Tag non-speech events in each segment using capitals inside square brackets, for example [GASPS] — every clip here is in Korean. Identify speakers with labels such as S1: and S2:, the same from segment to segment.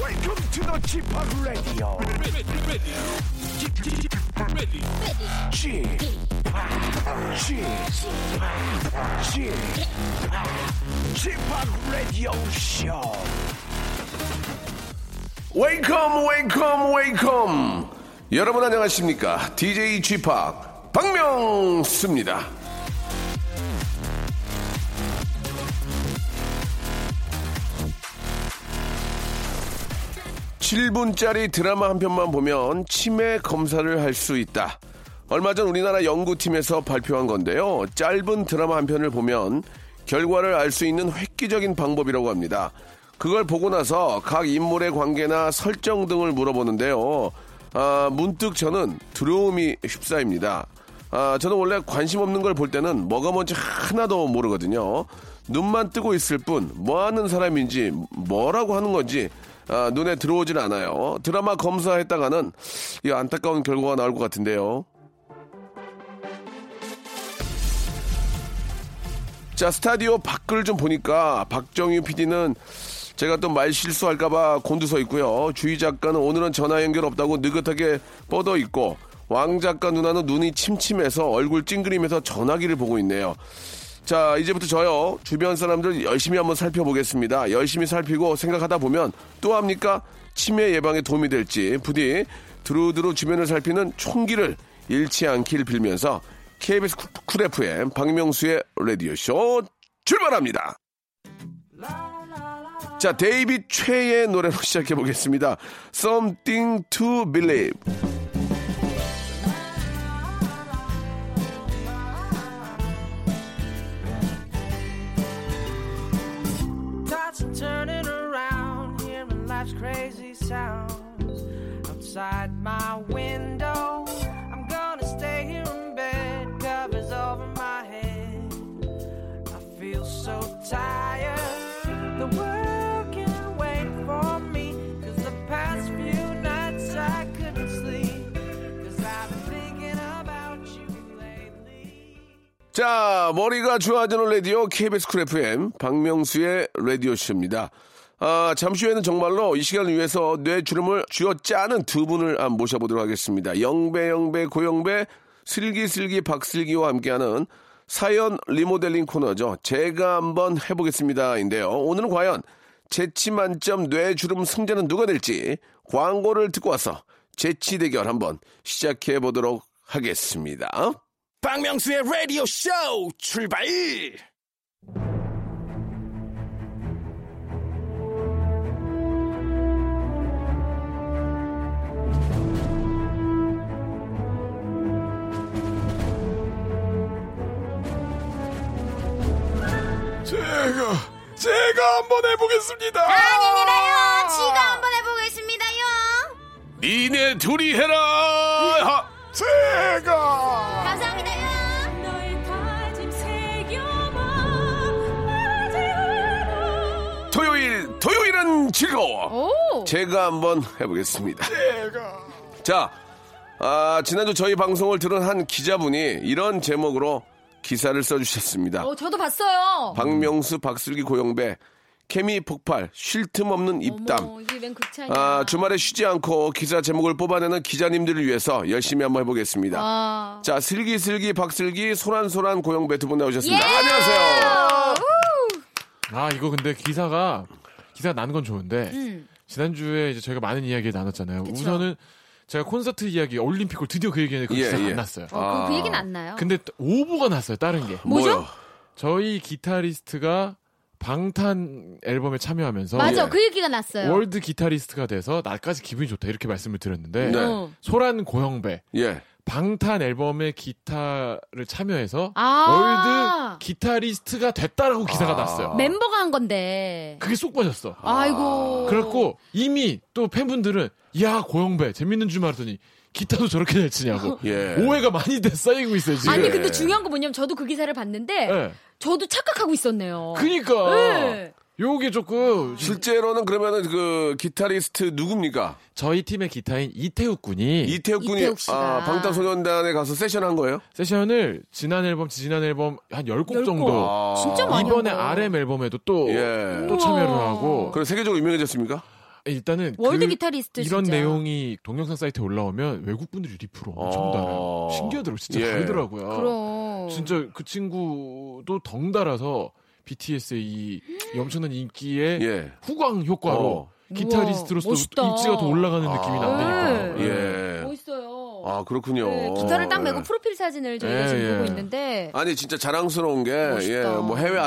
S1: Welcome to the g p o p Radio. g p o p g p o p Radio Show.
S2: 웨이컴 웨이컴 웨이컴 여러분 안녕하십니까 DJ g p o 박명수입니다 칠분짜리 드라마 한 편만 보면 치매 검사를 할 수 있다. 얼마 전 우리나라 연구팀에서 발표한 건데요. 짧은 드라마 한 편을 보면 결과를 알 수 있는 획기적인 방법이라고 합니다. 그걸 보고 나서 각 인물의 관계나 설정 등을 물어보는데요. 아, 문득 저는 두려움이 휩싸입니다. 아, 저는 원래 관심 없는 걸 볼 때는 뭐가 뭔지 하나도 모르거든요. 눈만 뜨고 있을 뿐, 뭐 하는 사람인지, 뭐라고 하는 건지, 아, 눈에 들어오질 않아요. 드라마 검사했다가는 이 안타까운 결과가 나올 것 같은데요. 자, 스타디오 밖을 좀 보니까 박정희 PD는 제가 또 말 실수할까봐 곤두서 있고요. 주희 작가는 오늘은 전화 연결 없다고 느긋하게 뻗어 있고 왕 작가 누나는 눈이 침침해서 얼굴 찡그리면서 전화기를 보고 있네요. 자, 이제부터 저요. 주변 사람들 열심히 한번 살펴보겠습니다. 열심히 살피고 생각하다 보면 또 합니까? 치매 예방에 도움이 될지 부디 두루두루 주변을 살피는 총기를 잃지 않길 빌면서 KBS 쿨- 쿨 FM 박명수의 라디오쇼 출발합니다. 자, 데이빗 최의 노래로 [LAUGHS] 시작해 보겠습니다. Something to Believe.
S3: Thoughts are turning around, hearing life's crazy sounds outside my window. I'm gonna stay here in bed, covers over my head. I feel so tired. The world can wait for me, cause the past few nights I couldn't sleep. Cause I've been thinking about you lately.
S2: 자, 머리가 좋아지는 라디오 KBS 쿨 FM 박명수의 라디오쇼입니다. 아, 잠시 후에는 정말로 이 시간을 위해서 뇌주름을 쥐어 짜는 두 분을 한번 모셔보도록 하겠습니다. 영배, 영배, 고영배, 슬기슬기, 박슬기와 함께하는 사연 리모델링 코너죠. 제가 한번 해보겠습니다.인데요. 오늘은 과연 재치 만점 뇌주름 승자는 누가 될지 광고를 듣고 와서 재치 대결 한번 시작해 보도록 하겠습니다.
S1: 박명수의 Radio Show 출발.
S2: 제가 제가 한번 해보겠습니다.
S4: 아닙니다요.
S5: 어.
S4: 지가 한번 해보겠습니다요.
S2: 니네 둘이 해라. 제가
S4: 감사합니다요.
S2: 토요일 토요일은 즐거워.
S4: 오.
S2: 제가 한번 해보겠습니다. 자, 아, 지난주 저희 방송을 들은 한 기자분이 이런 제목으로 기사를 써주셨습니다.
S5: 어, 저도 봤어요.
S2: 박명수, 박슬기, 고영배 케미 폭발, 쉴 틈 없는 입담.
S5: 어머, 이게 웬 극찬이야.
S2: 아, 주말에 쉬지 않고 기사 제목을 뽑아내는 기자님들을 위해서 열심히 한번 해보겠습니다.
S5: 아.
S2: 자, 슬기슬기, 박슬기, 소란소란, 고영배 두 분
S5: 예!
S2: 나오셨습니다. 안녕하세요.
S6: 아 이거 근데 기사가 기사 나는 건 좋은데
S5: 음.
S6: 지난주에 이제 저희가 많은 이야기 나눴잖아요. 우선은 제가 콘서트 이야기, 올림픽을 드디어 그 얘기는 그
S2: 예,
S6: 기사 가
S2: 예.
S6: 안 났어요.
S5: 어, 그럼 그 얘기는 안 나요.
S6: 근데 또 오보가 났어요. 다른 게
S5: 뭐죠?
S2: 뭐요?
S6: 저희 기타리스트가 방탄 앨범에 참여하면서
S5: 맞아,
S2: 예.
S5: 그 얘기가 났어요.
S6: 월드 기타리스트가 돼서 나까지 기분이 좋다 이렇게 말씀을 드렸는데
S2: 네.
S5: 어.
S6: 소란 고영배
S2: 예.
S6: 방탄 앨범에 기타를 참여해서
S5: 아.
S6: 월드 기타리스트가 됐다라고 기사가
S2: 아.
S6: 났어요.
S5: 멤버가 한 건데.
S6: 그게 쏙 빠졌어.
S5: 아이고.
S6: 그렇고 이미 또 팬분들은 야 고영배 재밌는 줄 알았더니 기타도 저렇게 잘 치냐고
S2: [LAUGHS] 예.
S6: 오해가 많이 돼 쌓이고 있어요 지금.
S5: 아니
S2: 예.
S5: 근데 중요한 거 뭐냐면 저도 그 기사를 봤는데
S6: 예.
S5: 저도 착각하고 있었네요.
S6: 그니까
S5: 예.
S6: 요게 조금
S2: 실제로는 그러면은 그 기타리스트 누굽니까?
S6: 저희 팀의 기타인 이태욱 군이
S2: 이태욱 군이
S5: 이태욱 씨가.
S2: 아, 방탄소년단에 가서 세션 한 거예요?
S6: 세션을 지난 앨범 지난 앨범 한 10곡
S5: 열
S6: 정도
S2: 아.
S5: 진짜 많이
S6: 이번에
S5: 한 거예요.
S6: RM 앨범에도 또 또
S2: 예.
S6: 참여를
S5: 우와.
S6: 하고
S2: 그럼 세계적으로 유명해졌습니까?
S6: 일단은
S5: 월드
S6: 그
S5: 기타리스트
S6: 이런
S5: 진짜.
S6: 내용이 동영상 사이트에 올라오면 외국 분들이 리프로 엄청
S2: 어.
S6: 달아요. 신기하더라고 요 진짜
S2: 예.
S6: 다르더라고요.
S5: 그럼
S6: 진짜 그 친구도 덩달아서 BTS의 이, [GASPS] 이 엄청난 인기에
S2: 예.
S6: 후광 효과로
S2: 어. 아.
S6: 기타리스트로서
S5: 우와, 멋있다.
S6: 입지가 더 올라가는 느낌이 난다니까.
S5: 네.
S2: 예.
S5: 멋있어요.
S2: 아, 그렇군요.
S5: 네, 기타를 딱 메고
S2: 예.
S5: 프로필 사진을 저희가
S6: 예,
S5: 지금
S6: 예.
S5: 보고 있는데
S2: 아니 진짜 자랑스러운 게 예,
S5: 멋있다.
S2: 뭐 해외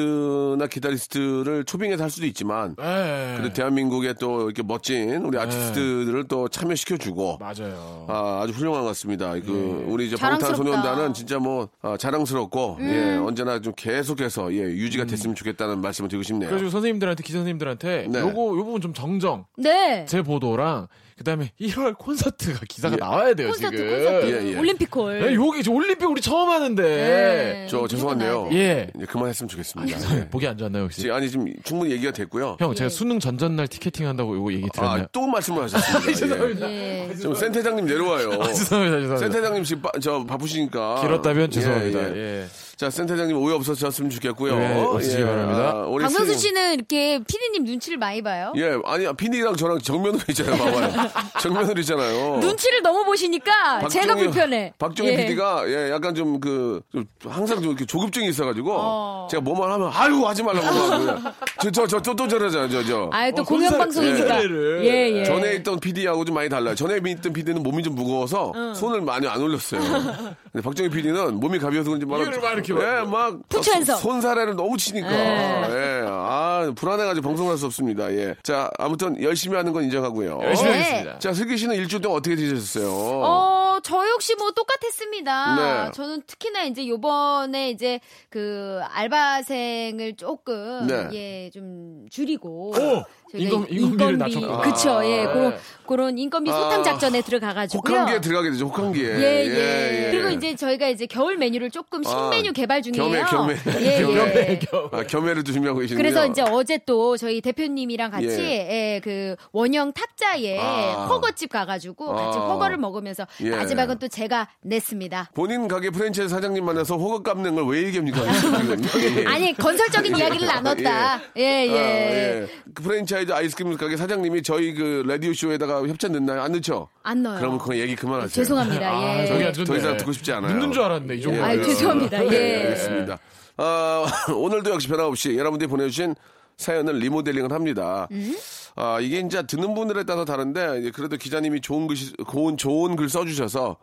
S2: 아티스트나 기타리스트를 초빙해서 할 수도 있지만
S6: 예.
S2: 그래도 대한민국의 또 이렇게 멋진 우리 아티스트들을 또 참여시켜주고
S6: 맞아요.
S2: 아, 아주 훌륭한 것 같습니다. 그 우리 이제
S5: 자랑스럽다. 음.
S2: 방탄소년단은 진짜 뭐 아, 자랑스럽고 예, 언제나 좀 계속해서 예, 유지가 됐으면 좋겠다는 말씀을 드리고 싶네요.
S6: 그래가지고 선생님들한테 기사 선생님들한테
S2: 예. 네.
S6: 요거 요 부분 좀 정정
S5: 네
S6: 제 보도랑 그다음에 [LAUGHS] 1월 콘서트가 기사가 나와야 돼요
S5: 콘서트
S6: 지금.
S5: 콘서트
S2: 예, 예.
S5: 올림픽홀 네.
S6: 예, 요게 이제 올림픽 우리 처음 하는데.
S2: 저 죄송한데요.
S6: 예. 예.
S2: 이제 그만했으면 좋겠습니다. 예.
S6: [LAUGHS] 보기 안 좋았나요 혹시?
S2: 지- 아니 지금 충분히 얘기가 됐고요.
S6: 아, 형 제가
S5: 예.
S6: 수능 전전날 티켓팅 한다고 요거 얘기 들었나요?
S2: 아, 또 말씀을
S6: [LAUGHS]
S2: 하셨습니다. 예.
S5: 예.
S2: 지금 센터장님 내려와요.
S6: 아, 죄송합니다 죄송합니다.
S2: 센터장님 지금 바, 저 바쁘시니까
S6: 길었다면 죄송합니다.
S2: 예, 예.
S6: 예.
S2: 자 센터장님 오해 없으셨으면 좋겠고요.
S6: 예, 없으시기 바랍니다.
S2: 아, 우리
S5: 박명수
S2: 스님.
S5: 씨는 이렇게 피디님 눈치를 많이 봐요.
S2: 예, 아니, 피디랑 저랑 정면으로 있잖아요,
S5: [LAUGHS]
S2: 봐봐요. 정면으로 있잖아요.
S5: 눈치를 너무 보시니까 제가
S2: 박종희-
S5: 불편해.
S2: 박종희
S5: 예.
S2: PD가 예, 약간 좀 그, 좀 항상 좀 이렇게 조급증이 있어가지고,
S5: 어.
S2: 제가 뭐만 하면, 아유, 하지 말라고.
S5: [LAUGHS]
S2: 그러고. 저, 저, 저, 또, 또 저러잖아요, 저, 저.
S5: 아유 또
S6: 어,
S5: 공연
S6: 손사-
S5: 방송이니까.
S6: 손사래를.
S5: 예예.
S2: 전에 있던 PD하고 좀 많이 달라요. 전에 있던 PD는 몸이 좀 무거워서
S5: 어.
S2: 손을 많이 안 올렸어요. 근데 박정희 PD는 몸이 가벼워서 그런지 막,
S6: 이거를 막 이렇게 막-
S2: 예, 막
S5: 푸처해서.
S2: 손- 손사래를 너무 치니까 예, 아 불안해가지고 방송을 할 수 없습니다. 예, 자 아무튼 열심히 하는 건 인정하고요.
S6: 열심히
S5: 네.
S6: 하겠습니다.
S2: 자, 슬기 씨는 일주일 동안 어떻게 지내셨어요?
S5: 어, 저 역시 뭐 똑같았습니다.
S2: 네.
S5: 저는 특히나 이제 요번에 이제 그 알바생을 조금
S2: 네.
S5: 예, 좀 줄이고 저희가
S6: 어, 인건- 인건비를 낮췄구나.
S5: 그쵸. 예.
S6: 아,
S5: 그런
S6: 네.
S5: 그런 인건비
S2: 아,
S5: 소탕 작전에 들어가 가지고요.
S2: 혹한기에 들어가게 되죠, 혹한기에.
S5: 예, 예, 그리고 이제 저희가 이제 겨울 메뉴를 조금 신메뉴
S2: 아,
S5: 개발 중이에요.
S2: 겸해, 겸해.
S5: 예, 예.
S2: 아, 겸해를 또 준비하고 계시네요.
S5: 그래서 이제 어제 또 저희 대표님이랑 같이 예, 그 원형 탁자에
S2: 아.
S5: 허거집 가가지고 같이
S2: 아.
S5: 허거를 먹으면서
S2: 예.
S5: 마지막은 또 제가 냈습니다.
S2: 본인 가게 프랜차이즈 사장님 만나서 호각 깎는 걸 왜
S5: [LAUGHS]
S2: 얘기합니까? 지금? [LAUGHS] 예.
S5: 아니 건설적인 이야기를 나눴다. 예 예.
S2: 아, 예. 그 프랜차이즈 아이스크림 가게 사장님이 저희 그 라디오 쇼에다가 협찬 넣나요? 안 넣죠?
S5: 안 넣어요.
S2: 그러면 그건 얘기 그만하세요.
S5: 죄송합니다.
S6: 아,
S5: 예.
S6: 저기 안 좋네.
S2: 더 이상 듣고 싶지 않아요. 예.
S6: 묻는 줄 알았네 이 정도.
S5: 아유, 죄송합니다. 예.
S2: 네, 알겠습니다. 아, [LAUGHS] 오늘도 역시 변함없이 여러분들이 보내주신 사연을 리모델링을 합니다. 아, 이게 이제 듣는 분들에 따라 다른데, 이제 그래도 기자님이 좋은 글, 좋은, 좋은 글 써주셔서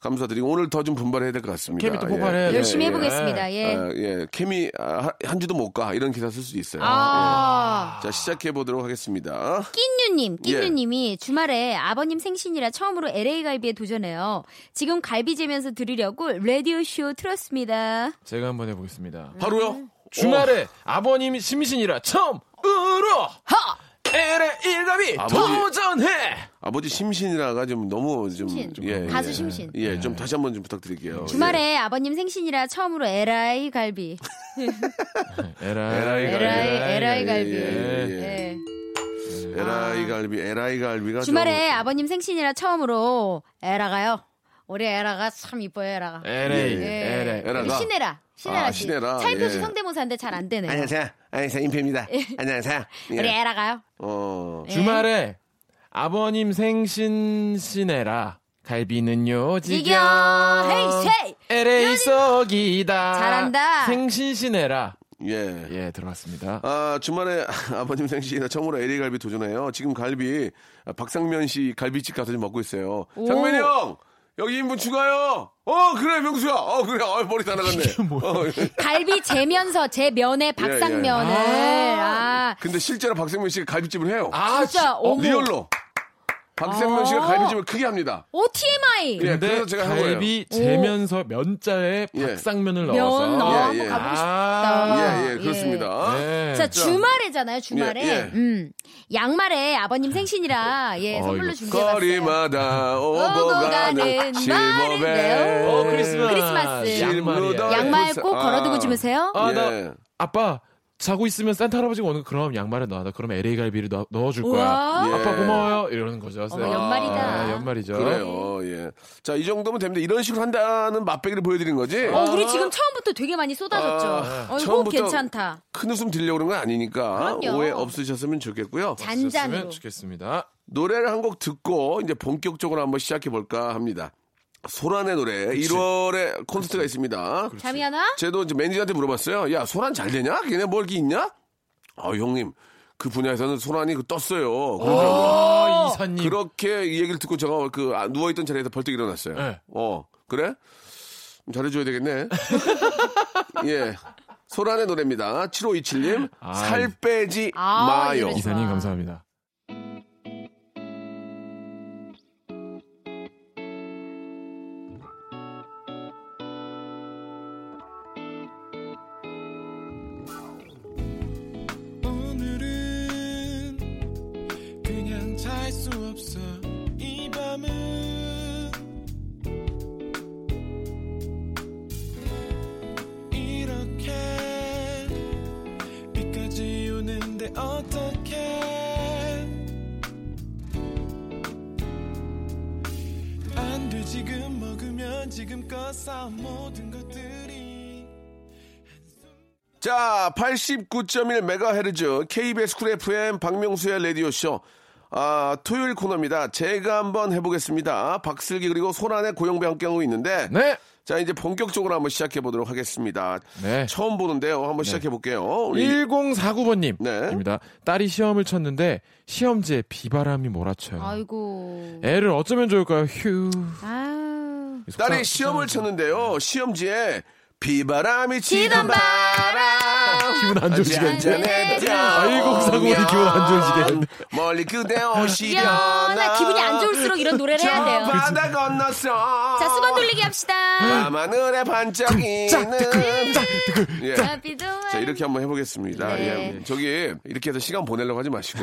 S2: 감사드리고, 오늘 더 좀 분발해야 될 것 같습니다.
S6: 케미 또
S2: 예.
S6: 폭발해야 돼요.
S5: 열심히
S6: 예,
S5: 해보겠습니다. 예.
S2: 아, 예, 케미 아, 하- 한 주도 못 가. 이런 기사 쓸 수도 있어요.
S5: 아.
S2: 자, 시작해 보도록 하겠습니다.
S5: 낀유님,
S2: 예.
S5: 낀유님이 주말에 아버님 생신이라 처음으로 LA 갈비에 도전해요. 지금 갈비 재면서 들으려고 라디오 쇼 틀었습니다.
S6: [LAUGHS] 제가 한번 해보겠습니다.
S5: 네. 어.
S2: 바로요?
S6: 주말에 아버님 심신이라 처음으로
S5: 하!
S6: LA 일가비
S2: 아버지.
S6: 도전해.
S2: 아버지 심신이라가 좀 너무 좀.
S5: 네. 심신.
S2: 예,
S5: 가수
S2: 예.
S5: 심신.
S2: 예, 좀 다시 한번 좀 부탁드릴게요. 예.
S5: 주말에 아버님 생신이라 처음으로 LA 갈비.
S6: LA
S5: LA, LA 갈비.
S2: 예, 예, 예.
S5: 예.
S2: 에라이 갈비, 에라이 갈비가
S5: 아. 주말에 아버님 생신이라 처음으로 에라가요. 우리 에라가 참 이뻐요, 에라가.
S6: LA
S5: 예.
S6: LA
S2: 에라가.
S5: 우리 신혜라. 신혜라
S2: 아,
S5: 씨.
S2: 신혜라,
S5: 차인표 씨
S2: 예.
S5: 성대모사인데 잘 안 되네요.
S2: 안녕하세요, 안녕하세요, 임표입니다. 안녕하세요. 예.
S5: 우리 에라가요.
S2: 어,
S6: 네. 주말에 아버님 생신 시내라 갈비는요
S5: 지겨.
S6: 지겨
S5: 헤이, 헤이.
S6: LA
S5: 요지-
S6: 속이다
S5: 잘한다.
S6: 생신 시내라
S2: 예.
S6: 예 들어갔습니다
S2: 아 주말에 [LAUGHS] 아버님 생신이라 처음으로 에리 갈비 도전해요. 지금 갈비 아, 박상면 씨 갈비집 가서 좀 먹고 있어요. 상면이 형 여기 인분 추가요. 어 그래 명수야. 어 그래. 어, 머리 다 나갔네. 어, 예. [LAUGHS]
S5: 갈비 재면서 제 면에 박상면을. 아,
S2: 근데 실제로 박상면 씨가 갈비집을 해요.
S6: 아
S5: 진짜,
S6: 어,
S5: 어머.
S2: 리얼로. 박상면 씨가
S5: 아.
S2: 갈비집을 크게 합니다.
S5: 오, TMI.
S2: 예,
S6: 근데
S2: 그래서 제가 한 거예요.
S6: 갈비 재면서 면자에
S2: 예.
S6: 박상면을 넣어서
S5: 면 넣어
S2: 예, 예.
S5: 가보고 싶다.
S6: 아,
S2: 예, 예, 그렇습니다.
S6: 예.
S5: 자, 주말에잖아요, 주말에.
S2: 예, 예.
S5: 음. 양말에 아버님 생신이라, 예,
S6: 어,
S5: 선물로
S6: 이거
S5: 준비해봤어요.
S2: 거리마다 오고
S5: 오고
S2: 가는
S5: 가는
S2: 실버벨
S5: 날인데요.
S6: 어, 크리스마스
S5: 크리스마스.
S2: 아,
S6: 양말이야.
S5: 양말 꼭 걸어두고 주무세요.
S6: 아,
S2: 예.
S6: 나 아빠 자고 있으면 산타 할아버지가 오는 거 그럼 양말에 넣어. 그럼 LA 갈비를 넣, 넣어줄 거야.
S5: 우와.
S2: 예.
S6: 아빠 고마워요. 이러는 거죠.
S5: 어머, 연말이다.
S6: 네, 연말이죠.
S5: 어?
S2: 그래요. 예. 자, 이 정도면 됩니다. 이런 식으로 한다는 맛배기를 보여드린 거지.
S5: 어, 우리 지금 처음부터 되게 많이 쏟아졌죠.
S2: 아,
S5: 어, 호흡
S2: 처음부터-
S5: 괜찮다.
S2: 큰 웃음 들려고 그런 건 아니니까
S5: 그럼요.
S2: 오해 없으셨으면 좋겠고요.
S5: 잔잔으로.
S6: 좋겠습니다.
S2: 노래를 한 곡 듣고 이제 본격적으로 한번 시작해 볼까 합니다. 소란의 노래 1월에 콘서트가 있습니다.
S5: 잠이 안 와?
S2: 쟤도 이제 매니저한테 물어봤어요. 야 소란 잘 되냐? 걔네 뭐 이렇게 있냐? 아 형님 그 분야에서는 소란이 그 떴어요. 그러더라고요.
S6: 아, 이사님.
S2: 그렇게 이 얘기를 듣고 제가 그 아, 누워있던 자리에서 벌떡 일어났어요.
S6: 네.
S2: 어 그래? 좀 잘해줘야
S6: [LAUGHS]
S2: 되겠네. 예. 소란의 노래입니다. 7527님
S6: 아,
S2: 살 빼지
S5: 아,
S2: 마요.
S5: 이러지
S6: 이사님
S5: 와.
S6: 감사합니다.
S7: 오늘은 그냥 잘 수 없어 이 밤은 이렇게 비까지 오는데 어떡해 안 돼 지금 먹으면 지금껏 쌓은 모든 것들이
S2: 자, 89.1MHz KBS 쿨 FM 박명수의 라디오쇼. 아, 토요일 코너입니다. 제가 한번 해보겠습니다. 박슬기 그리고 소란의 고영배 함께 하고 있는데.
S6: 네.
S2: 자, 이제 본격적으로 한번 시작해 보도록 하겠습니다.
S6: 네.
S2: 처음 보는데요. 한번 시작해 볼게요.
S6: 1049번님.
S2: 네.
S6: 입니다. 딸이 시험을 쳤는데 시험지에 비바람이 몰아쳐요.
S5: 아이고.
S2: 예.
S6: 애를 어쩌면 좋을까요? 휴.
S5: 아유.
S2: 딸이 시험을 쳤는데요. 시험지에 비바람이 치던
S5: 치던
S2: 바람.
S6: 기분 안 좋으시겠네.
S2: 잔잔했죠.
S6: 아이고, 사고리 기분 안 좋으시겠네.
S2: 멀리 그대
S5: 야,
S2: 오시려나.
S5: 나 기분이 안 좋을수록 이런 노래를
S2: 저
S5: 해야 돼요.
S2: 바다 건너서
S5: 자, 수건 돌리기
S2: 음.
S5: 합시다.
S2: 밤하늘에 반짝이는 예.
S5: 자,
S2: 자 이렇게 한번 해보겠습니다.
S5: 네.
S2: 예. 저기 이렇게 해서 시간 보내려고 하지
S5: [LAUGHS]
S2: 마시고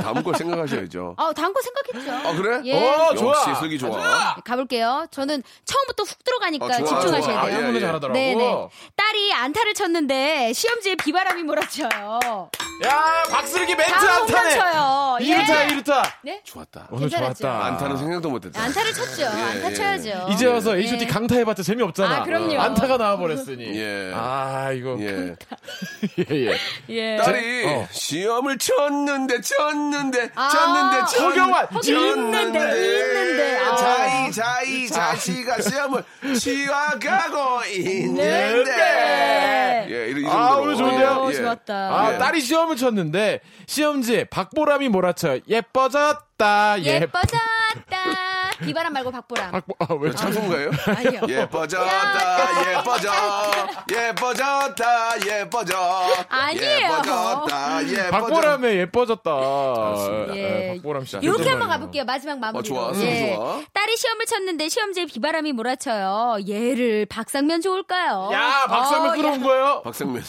S2: 다음 걸 생각하셔야죠.
S5: 어, 다음 거 생각했죠.
S2: 아 그래?
S5: 예.
S6: 어, 좋아.
S2: 역시 슬기 좋아.
S5: 가볼게요. 저는 처음부터 훅 들어가니까
S2: 아, 좋아,
S5: 집중하셔야
S2: 좋아.
S5: 돼요.
S2: 아, 예, 예.
S6: 잘하더라고.
S5: 네네. 딸이 안타를 쳤는데 시험지에 비바람이 몰아쳐요.
S6: 야, 박슬기 멘트
S5: 다음
S6: 안타네.
S5: 홈런쳐요.
S6: 이루타,
S5: 예.
S6: 이루타.
S5: 네?
S2: 좋았다.
S6: 오늘
S5: 괜찮았죠?
S6: 좋았다.
S2: 안타는 생각도 못했다.
S5: 네, 안타를 쳤죠. 안타
S2: 예.
S5: 쳐야죠.
S6: 이제 와서
S5: 예.
S6: H.O.T 강타해봤자 재미없잖아.
S5: 아, 그럼요.
S6: 안타가 나와버렸으니.
S2: 예.
S6: 아, 이거.
S2: 예.
S6: [LAUGHS] 예, 예.
S5: 예.
S2: 딸이
S6: 어.
S2: 시험을 쳤는데 쳤는데
S5: 아,
S2: 쳤는데 쳤-
S6: 허경환.
S5: 있는데,
S6: 예,
S5: 있는데. 아.
S2: 자이 자이 자식아 시험을 치워가고 있는데 예 이런 이 정도로
S6: 아, 오늘 좋은데요?
S5: 오,
S2: 예.
S5: 어, 좋았다.
S6: 아,
S2: 예.
S6: 딸이 시험을 쳤는데, 시험지에 박보람이 몰아쳐. 예뻐졌다. 예.
S5: 예뻐졌다. 비바람 말고 박보람.
S6: 박보, 아, 왜 참.
S2: 찬송가예요?
S5: 아니요.
S2: 예뻐졌다 예뻐져 예뻐졌다 예뻐져
S5: 아니에요.
S2: 예뻐졌다 예뻐져
S6: 박보람의 예뻐졌다.
S2: 잘했습니다.
S5: 예.
S6: 예, 박보람 씨.
S5: 이렇게
S6: 아니죠?
S5: 한번 가볼게요. 마지막 마무리.
S2: 어, 좋아, 좋아.
S5: 딸이 시험을 쳤는데 시험지에 비바람이 몰아쳐요. 얘를 박상면 좋을까요?
S6: 야, 아, 박수하면
S5: 어,
S6: 끌어온
S5: 야.
S6: 거예요?
S2: 박상면은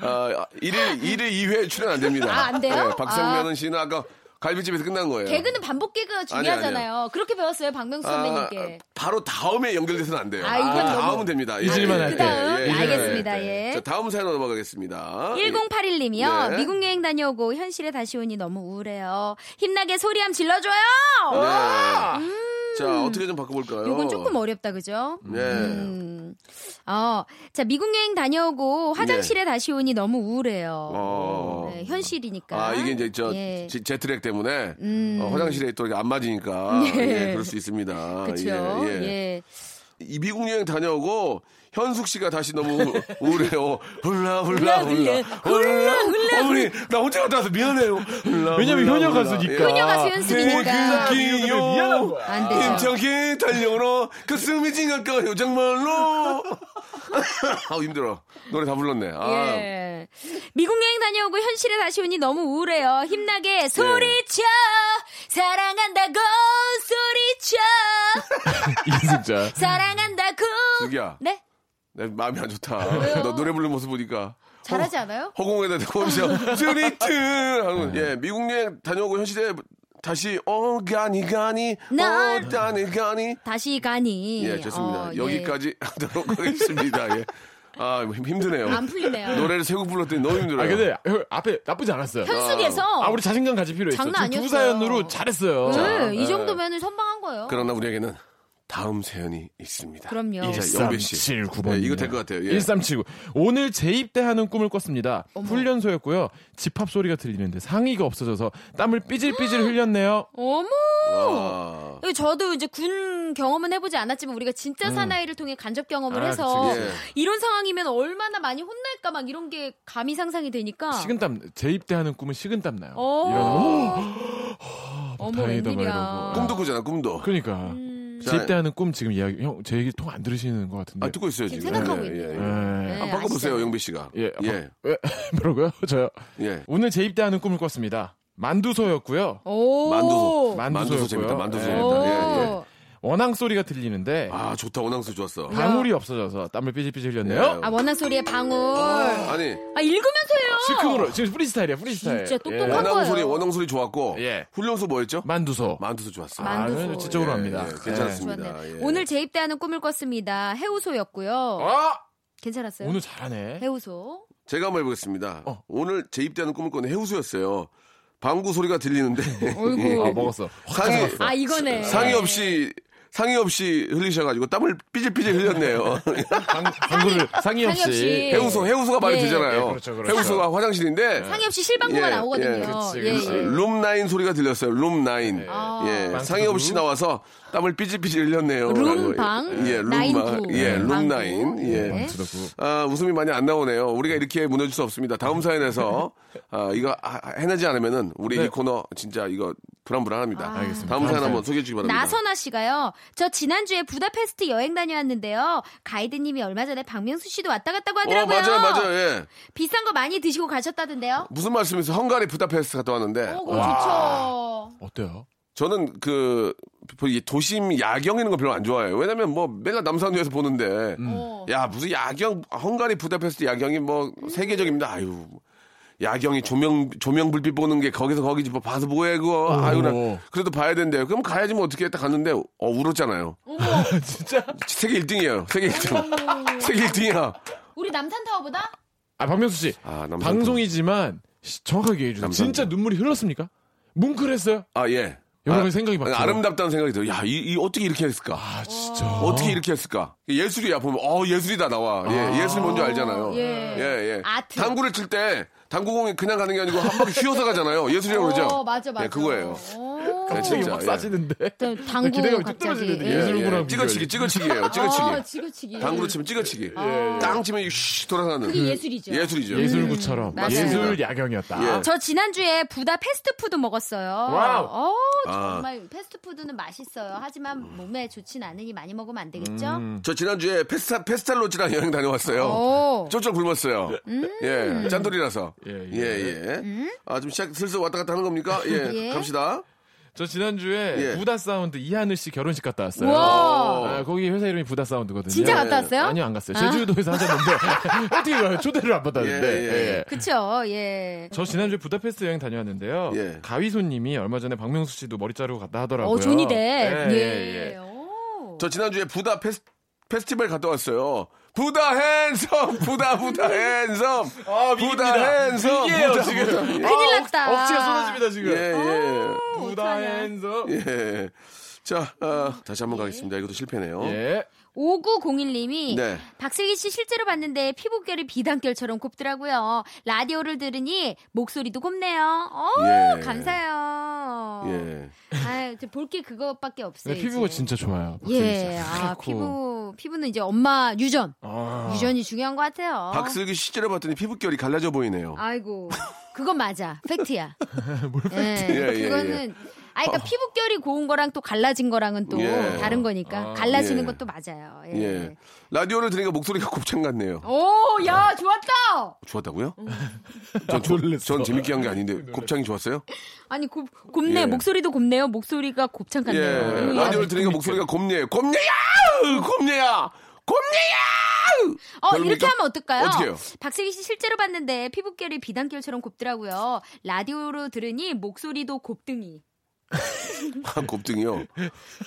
S2: 아, 1일 1일 2회 출연 안 됩니다 예,
S5: 아, 안 돼요?
S2: 박상면은 씨는 아까 갈비집에서 끝난 거예요
S5: 개그는 반복 개그가 중요하잖아요. 그렇게 배웠어요, 박명수
S6: 아,
S5: 선배님께.
S2: 아, 바로 다음에 연결돼서는 안 돼요.
S5: 아, 이건 너무-
S2: 다음은 됩니다. 예,
S6: 잊을만
S2: 예,
S6: 할
S5: 그
S6: 때.
S5: 다음
S2: 예, 예, 예.
S5: 알겠습니다. 예.
S2: 자, 다음 사연 으로 넘어가겠습니다.
S5: 1081님이요.
S2: 예.
S5: 미국 여행 다녀오고 현실에 다시 오니 너무 우울해요. 힘나게 소리함 질러줘요.
S2: 네. 자, 어떻게 좀 바꿔볼까요?
S5: 음. 요건 조금 어렵다, 그죠?
S2: 네.
S5: 음. 어, 자 미국 여행 다녀오고 화장실에 다시 오니 너무 우울해요.
S2: 네. 어.
S5: 네, 현실이니까.
S2: 아, 이게 이제 저
S5: 예.
S2: 제- 제트랙 때문에
S5: 음.
S2: 어, 화장실에 또 이렇게 안 맞으니까
S5: 예.
S2: 예, 그럴 수 있습니다.
S5: 그렇죠.
S2: 예, 예. 이 미국 여행 다녀오고 현숙 씨가 다시 너무 우울해요. 훌라 훌라 훌라 훌라 훌라 어머니 나 혼자 갔다 와서 미안해요. 훌라,
S6: 왜냐면
S2: 훌라,
S6: 효녀
S2: 훌라. 예,
S6: 가수니까.
S5: 효녀
S2: 아,
S5: 가수 현숙이니까.
S2: 그
S6: 미안한 거야.
S5: 안 되죠.
S2: 임창기 달려오러 그 숨이 찡할까 요정말로 [LAUGHS] 아 힘들어 노래 다 불렀네 아.
S5: 예. 미국 여행 다녀오고 현실에 다시 오니 너무 우울해요. 힘나게 소리쳐 사랑한다고
S2: [LAUGHS]
S5: 소리쳐
S6: 이승자.
S5: 사랑한다고.
S2: 슬기야.
S5: 네.
S2: 내 마음이 안 좋다
S5: 왜요?
S2: 너 노래 부르는 모습 보니까
S5: 잘하지
S2: 어.
S5: 않아요?
S2: 허공에다 대고
S5: [LAUGHS]
S2: 하면서 스리트 하고 예 미국 여행 다녀오고 현실에 다시 어 가니 가니
S5: 난-
S2: 어 다니 가니
S5: 다시 가니.
S2: 예 좋습니다 [LAUGHS]
S5: 어,
S2: 여기까지 하도록 하겠습니다 예. 아 힘드네요.
S5: 안 풀리네요.
S2: 노래를 세곡 불렀더니 너무 힘들어요.
S6: 아 근데 형 앞에 나쁘지 않았어요.
S5: 현숙에서
S6: 아 우리 자신감 가질 필요 있어.
S5: 장난
S6: 지금 두
S5: 아니었어요.
S6: 사연으로 잘했어요.
S5: 네, 이 정도면은 선방한 거예요.
S2: 아, 그러나 우리에게는 다음 사연이 있습니다.
S5: 그럼요.
S2: 자, 영배 씨.
S6: 1379번.
S2: 네, 이거 될것 같아요. 예.
S6: 1379. 오늘 재입대하는 꿈을 꿨습니다. 훈련소였고요. 집합 소리가 들리는데 상의가 없어져서 땀을 삐질삐질 흘렸네요.
S5: 어머.
S2: 아,
S5: 이거 예, 저도 이제 군 경험은 해보지 않았지만 우리가 진짜 사나이를 통해 간접 경험을
S6: 아,
S5: 해서
S2: 그치, 그치.
S5: 이런 상황이면 얼마나 많이 혼날까 막 이런 게 감이 상상이 되니까.
S6: 식은땀 재입대하는 꿈은 식은땀 나요.
S5: 어.
S6: 이런
S5: 어머, 웬일이야.
S2: 꿈도 꾸잖아, 꿈도.
S6: 그러니까
S5: 음.
S6: 재입대하는 꿈 지금 이야기 형 제 얘기 통 안 들으시는 것 같은데.
S2: 아, 듣고 있어요,
S5: 지금
S2: 지금.
S5: 생각하고
S2: 예, 예,
S5: 있네요.
S2: 예.
S6: 예.
S5: 네,
S2: 아, 바꿔보세요,
S5: 아시죠?
S2: 영배 씨가.
S6: 예. 아,
S2: 예.
S6: 왜? [LAUGHS] 뭐라고요? 저요.
S2: 예.
S6: 오늘 재입대하는 꿈을 꿨습니다. 만두소였고요.
S5: 오.
S2: 만두소.
S6: 만두소였고요.
S2: 만두소 재밌다, 만두소
S6: 예.
S2: 재밌다. 예, 예.
S5: 오.
S6: 원앙 소리가 들리는데
S2: 아, 좋다, 원앙수 좋았어.
S5: 음.
S6: 방울이 없어져서 땀을 삐질삐질 흘렸네요.
S2: 예.
S5: 아 원한 소리의 방울.
S2: 아니,
S5: 아 읽으면서 해요.
S6: 즉흥으로 지금 프리스타일이야 프리스타일.
S5: 진짜 똑똑한
S6: 예.
S5: 거-
S2: 원앙 소리,
S5: 거예요.
S2: 원앙 소리 좋았고.
S6: 예.
S2: 훈련소 뭐였죠?
S6: 만두소.
S2: 만두소 좋았어.
S5: 만- 만두소.
S6: 아, 지적으로
S2: 예,
S6: 합니다.
S2: 예, 괜찮습니다.
S5: 좋았네요.
S2: 예.
S5: 오늘 재입대하는 꿈을 꿨습니다. 해우소였고요.
S6: 예. 아
S5: 괜찮았어요?
S6: 오늘 잘하네.
S5: 해우소.
S2: 제가 한번 해보겠습니다.
S6: 어.
S2: 오늘 재입대하는 꿈을 꾸는 해우수였어요. 방구 소리가 들리는데.
S5: 어이구.
S6: 아 먹었어.
S2: 상의,
S5: 아 이거네.
S2: 상의 없이, 상의 없이 흘리셔가지고 땀을 삐질삐질 흘렸네요.
S6: 방, 방구를 상의
S5: [LAUGHS]
S6: 없이.
S5: 상의 없이. 예.
S2: 해우소, 해우소가 말이
S5: 예.
S2: 되잖아요.
S6: 예, 그렇죠, 그렇죠.
S2: 해우소가 화장실인데.
S5: 상의 없이 실방구가
S2: 예,
S5: 나오거든요.
S2: 예,
S6: 그치,
S5: 예,
S6: 그치.
S5: 예.
S2: 룸 나인 소리가 들렸어요. 룸 나인.
S6: 네.
S5: 아.
S2: 예,
S6: 방구.
S2: 상의 없이 나와서 땀을 삐질삐질 흘렸네요.
S5: 룸방,
S2: 예, 룸방,
S5: 나인구. 네.
S2: 예,
S5: 방구.
S2: 룸 나인, 예.
S5: 네.
S2: 아, 웃음이 많이 안 나오네요. 우리가 이렇게 무너질 수 없습니다. 다음 사연에서 아, 이거 아, 해내지 않으면은 우리
S6: 네.
S2: 이 코너 진짜 이거 불안불안합니다.
S6: 알겠습니다.
S2: 다음
S6: 다음
S2: 사연
S6: 사연.
S2: 한번 소개해 주기 바랍니다.
S5: 아. 나선아 씨가요. 저 지난주에 부다페스트 여행 다녀왔는데요. 가이드님이 얼마 전에 박명수 씨도 왔다 갔다고
S2: 어,
S5: 하더라고요.
S2: 맞아요, 맞아요. 예.
S5: 비싼 거 많이 드시고 가셨다던데요.
S2: 무슨 말씀이세요? 헝가리 부다페스트 갔다 왔는데
S5: 어, 그거 좋죠.
S6: 어때요?
S2: 저는 그 이 도심 야경 이런 거 별로 안 좋아해요. 왜냐면 뭐 맨날 남산도에서 보는데
S5: 어.
S2: 야 무슨 야경 헝가리 부다페스트 야경이 뭐 세계적입니다. 아유 야경이 조명 조명 불빛 보는 게 거기서 거기지 뭐 봐서 뭐해 그거 아유 나 그래도 봐야 된대요. 그럼 가야지 뭐 어떻게 했다 갔는데 어 울었잖아요. [LAUGHS]
S6: 진짜?
S2: 세계 1등이에요. 세계 1등. [LAUGHS] 세계 1등이야.
S5: 우리 남산 타워보다
S6: 아 박명수 씨.
S2: 아, 남산도.
S6: 방송이지만 시- 정확하게 얘기해 주세요.
S2: 남산도.
S6: 진짜 눈물이 흘렀습니까? 뭉클했어요?
S2: 아 예.
S6: 여러
S2: 아,
S6: 가지 생각이 막 들어요.
S2: 아름답다는 생각이 들어요. 야, 이, 이 어떻게 이렇게 했을까?
S6: 아 진짜.
S2: 어떻게 이렇게 했을까? 예술이야 보면 어 예술이다 나와. 예, 예술 뭔지 알잖아요.
S5: 예.
S2: 예, 예.
S5: 아트.
S2: 당구를 칠 때 당구공이 그냥 가는 게 아니고 한 바퀴 휘어서 가잖아요. 예술이라고 그러죠.
S5: 어, 맞아 맞아.
S2: 예, 그거예요.
S5: 오.
S2: 네,
S6: 갑자기
S2: 진짜,
S6: 막
S2: 예.
S6: 싸지는데.
S5: 일단 당구
S6: 기대감이 뚝
S5: 갑자기.
S6: 떨어지는데.
S5: 예.
S6: 예술구랑
S2: 찍어치기, 찍어치기예요.
S5: 어,
S2: 찍어치기.
S5: 지그치기.
S2: 당구로 치면 찍어치기. 예, 땅 치면 슉 돌아가는.
S5: 아. 그게 예술이죠.
S2: 예술이죠.
S6: 예술구처럼
S5: 맞아요.
S6: 예술 야경이었다.
S2: 예.
S5: 저 지난주에 부다 패스트푸드 먹었어요.
S6: 와우.
S5: 어,
S2: 아.
S5: 정말 패스트푸드는 맛있어요. 하지만 몸에 좋진 않으니 많이 먹으면 안 되겠죠?
S2: 저 지난주에 페스타, 페스탈로치랑 여행 다녀왔어요.
S5: 오.
S2: 쫄쫄 굶었어요. 예, 짠돌이라서. 예,
S6: 네. 예,
S2: 예.
S6: 예.
S2: 아, 좀 시작 슬슬 왔다 갔다 하는 겁니까? 예,
S5: 예.
S2: 갑시다.
S6: 저 지난주에
S2: 예.
S6: 부다 사운드 이하늘 씨 결혼식 갔다 왔어요.
S5: 와.
S6: 아, 거기 회사 이름이 부다 사운드거든요.
S5: 진짜
S2: 네. 예.
S5: 갔다 왔어요?
S6: 아니요, 안 갔어요. 제주도에서 하셨는데 [LAUGHS] 어떻게 가요? 초대를 안 받았는데.
S2: 예, 예, 예.
S6: 예.
S5: 그쵸, 예.
S6: 저 지난주에 부다페스트 여행 다녀왔는데요.
S2: 예.
S6: 가위손님이 얼마 전에 박명수 씨도 머리 자르고 갔다 하더라고요.
S5: 어, 존이 대.
S6: 예,
S5: 예.
S6: 예, 예.
S5: 오.
S2: 저 지난주에 부다 페스, 페스티벌 갔다 왔어요. 부다 핸섬, 부다
S6: [LAUGHS]
S2: 부다 핸섬,
S6: 아,
S2: 부다 핸섬,
S6: 이게요,
S2: 부다
S6: 지금.
S2: 부다.
S5: 큰일
S6: 아,
S5: 났다.
S6: 억- 억지가 쏟아집니다, 지금.
S2: 예,
S6: 부다 핸서.
S2: 예, 예. 자, 아, 다시 한번 가겠습니다. 이것도 실패네요.
S6: 예.
S5: 5901님이
S2: 네.
S5: 박슬기 씨 실제로 봤는데 피부결이 비단결처럼 곱더라고요. 라디오를 들으니 목소리도 곱네요. 어,
S2: 예.
S5: 감사해요.
S2: 예.
S5: 아유, 볼게 그것밖에 없어요.
S6: 근데 네, 피부가
S5: 이제.
S6: 진짜 좋아요. 박슬기 씨.
S5: 예, 아,
S6: 하얗고.
S5: 피부, 피부는 이제 엄마 유전.
S6: 아.
S5: 유전이 중요한 것 같아요.
S2: 박슬기 실제로 봤더니 피부결이 갈라져 보이네요.
S5: 어. 아이고. 그건 맞아.
S2: [LAUGHS]
S5: 팩트야. 뭘 팩트?
S2: 예, 예,
S5: 그거는. 아, 그러니까 피부결이 고운 거랑 또 갈라진 거랑은 또
S2: 예.
S5: 다른 거니까. 갈라지는
S2: 예.
S5: 것도 맞아요. 예.
S2: 예. 라디오를 들으니까 목소리가 곱창 같네요.
S5: 오, 야, 좋았다!
S2: 좋았다고요?
S8: 음.
S6: 아, 놀랬어.
S2: 전 재밌게 한 게 아닌데
S8: 네,
S2: 곱창이 좋았어요?
S5: 아니, 곱, 곱네.
S2: 예.
S5: 목소리도 곱네요. 목소리가 곱창
S2: 예.
S5: 같네요. 음.
S2: 라디오를 들으니까 목소리가 곱네요. 곱네야! 곱네야! [LAUGHS] 곱네야!
S5: 어,
S2: 별로니까?
S5: 이렇게 하면 어떨까요?
S2: 어떡해요?
S5: 박슬기 씨 실제로 봤는데 피부결이 비단결처럼 곱더라고요. 라디오로 들으니 목소리도 곱등이.
S2: 아, 곱등이요.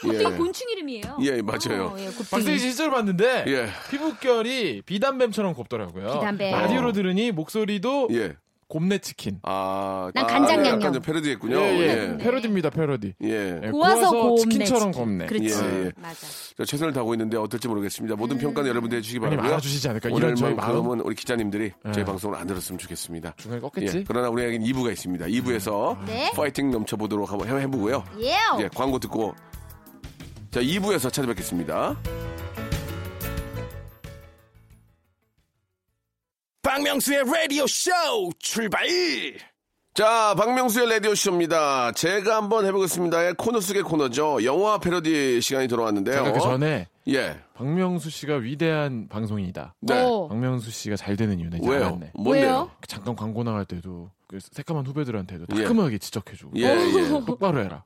S8: 되게
S2: 예.
S8: 곤충 이름이에요.
S2: 예, 맞아요.
S8: 어, 예, 곱등이.
S6: 박세희 씨 실제로 봤는데
S2: 예.
S6: 피부결이 비단뱀처럼 곱더라고요.
S8: 비단뱀.
S6: 라디오로 들으니 목소리도
S2: 어. 예.
S6: 곱네 치킨.
S2: 아,
S8: 난
S2: 아,
S8: 간장
S2: 예,
S8: 양념.
S2: 약간 좀 패러디했군요.
S6: 예, 예.
S2: 예.
S6: 패러디입니다, 패러디.
S2: 예.
S6: 예,
S8: 고와서 곱네
S6: 치킨처럼
S8: 치킨.
S6: 곱네.
S8: 그렇지.
S2: 예, 예.
S8: 맞아. 음.
S2: 자, 최선을 다하고 있는데 어떨지 모르겠습니다. 모든 평가는 여러분들 해주시기
S6: 많이
S2: 바라고요.
S6: 알아주시지 않을까. 이런 저희 마음
S2: 오늘만큼은 뭐 우리 기자님들이
S6: 예.
S2: 저희 방송을 안 들었으면 좋겠습니다.
S6: 중간에 꺾겠지.
S2: 예, 그러나 우리에겐 2부가 있습니다. 2부에서
S9: 네.
S2: 파이팅 넘쳐보도록 한번 해- 해보고요.
S9: 예.
S5: 어.
S2: 예, 광고 듣고 자 2부에서 찾아뵙겠습니다.
S1: 박명수의 라디오 쇼 출발!
S2: 자, 박명수의 라디오쇼입니다. 제가 한번 해보겠습니다. 예, 코너 속의 코너죠. 영화 패러디 시간이 돌아왔는데요.
S6: 제가 그 전에
S2: 예.
S6: 박명수 씨가 위대한 방송인이다.
S2: 네.
S8: 오.
S6: 박명수 씨가 잘 되는 이유는 이제
S2: 왜요?
S6: 알았네.
S2: 뭔데요?
S6: 잠깐 광고 나갈 때도 그 새까만 후배들한테도
S2: 예.
S6: 따끔하게 지적해주고
S2: 예, 예.
S6: 똑바로 해라.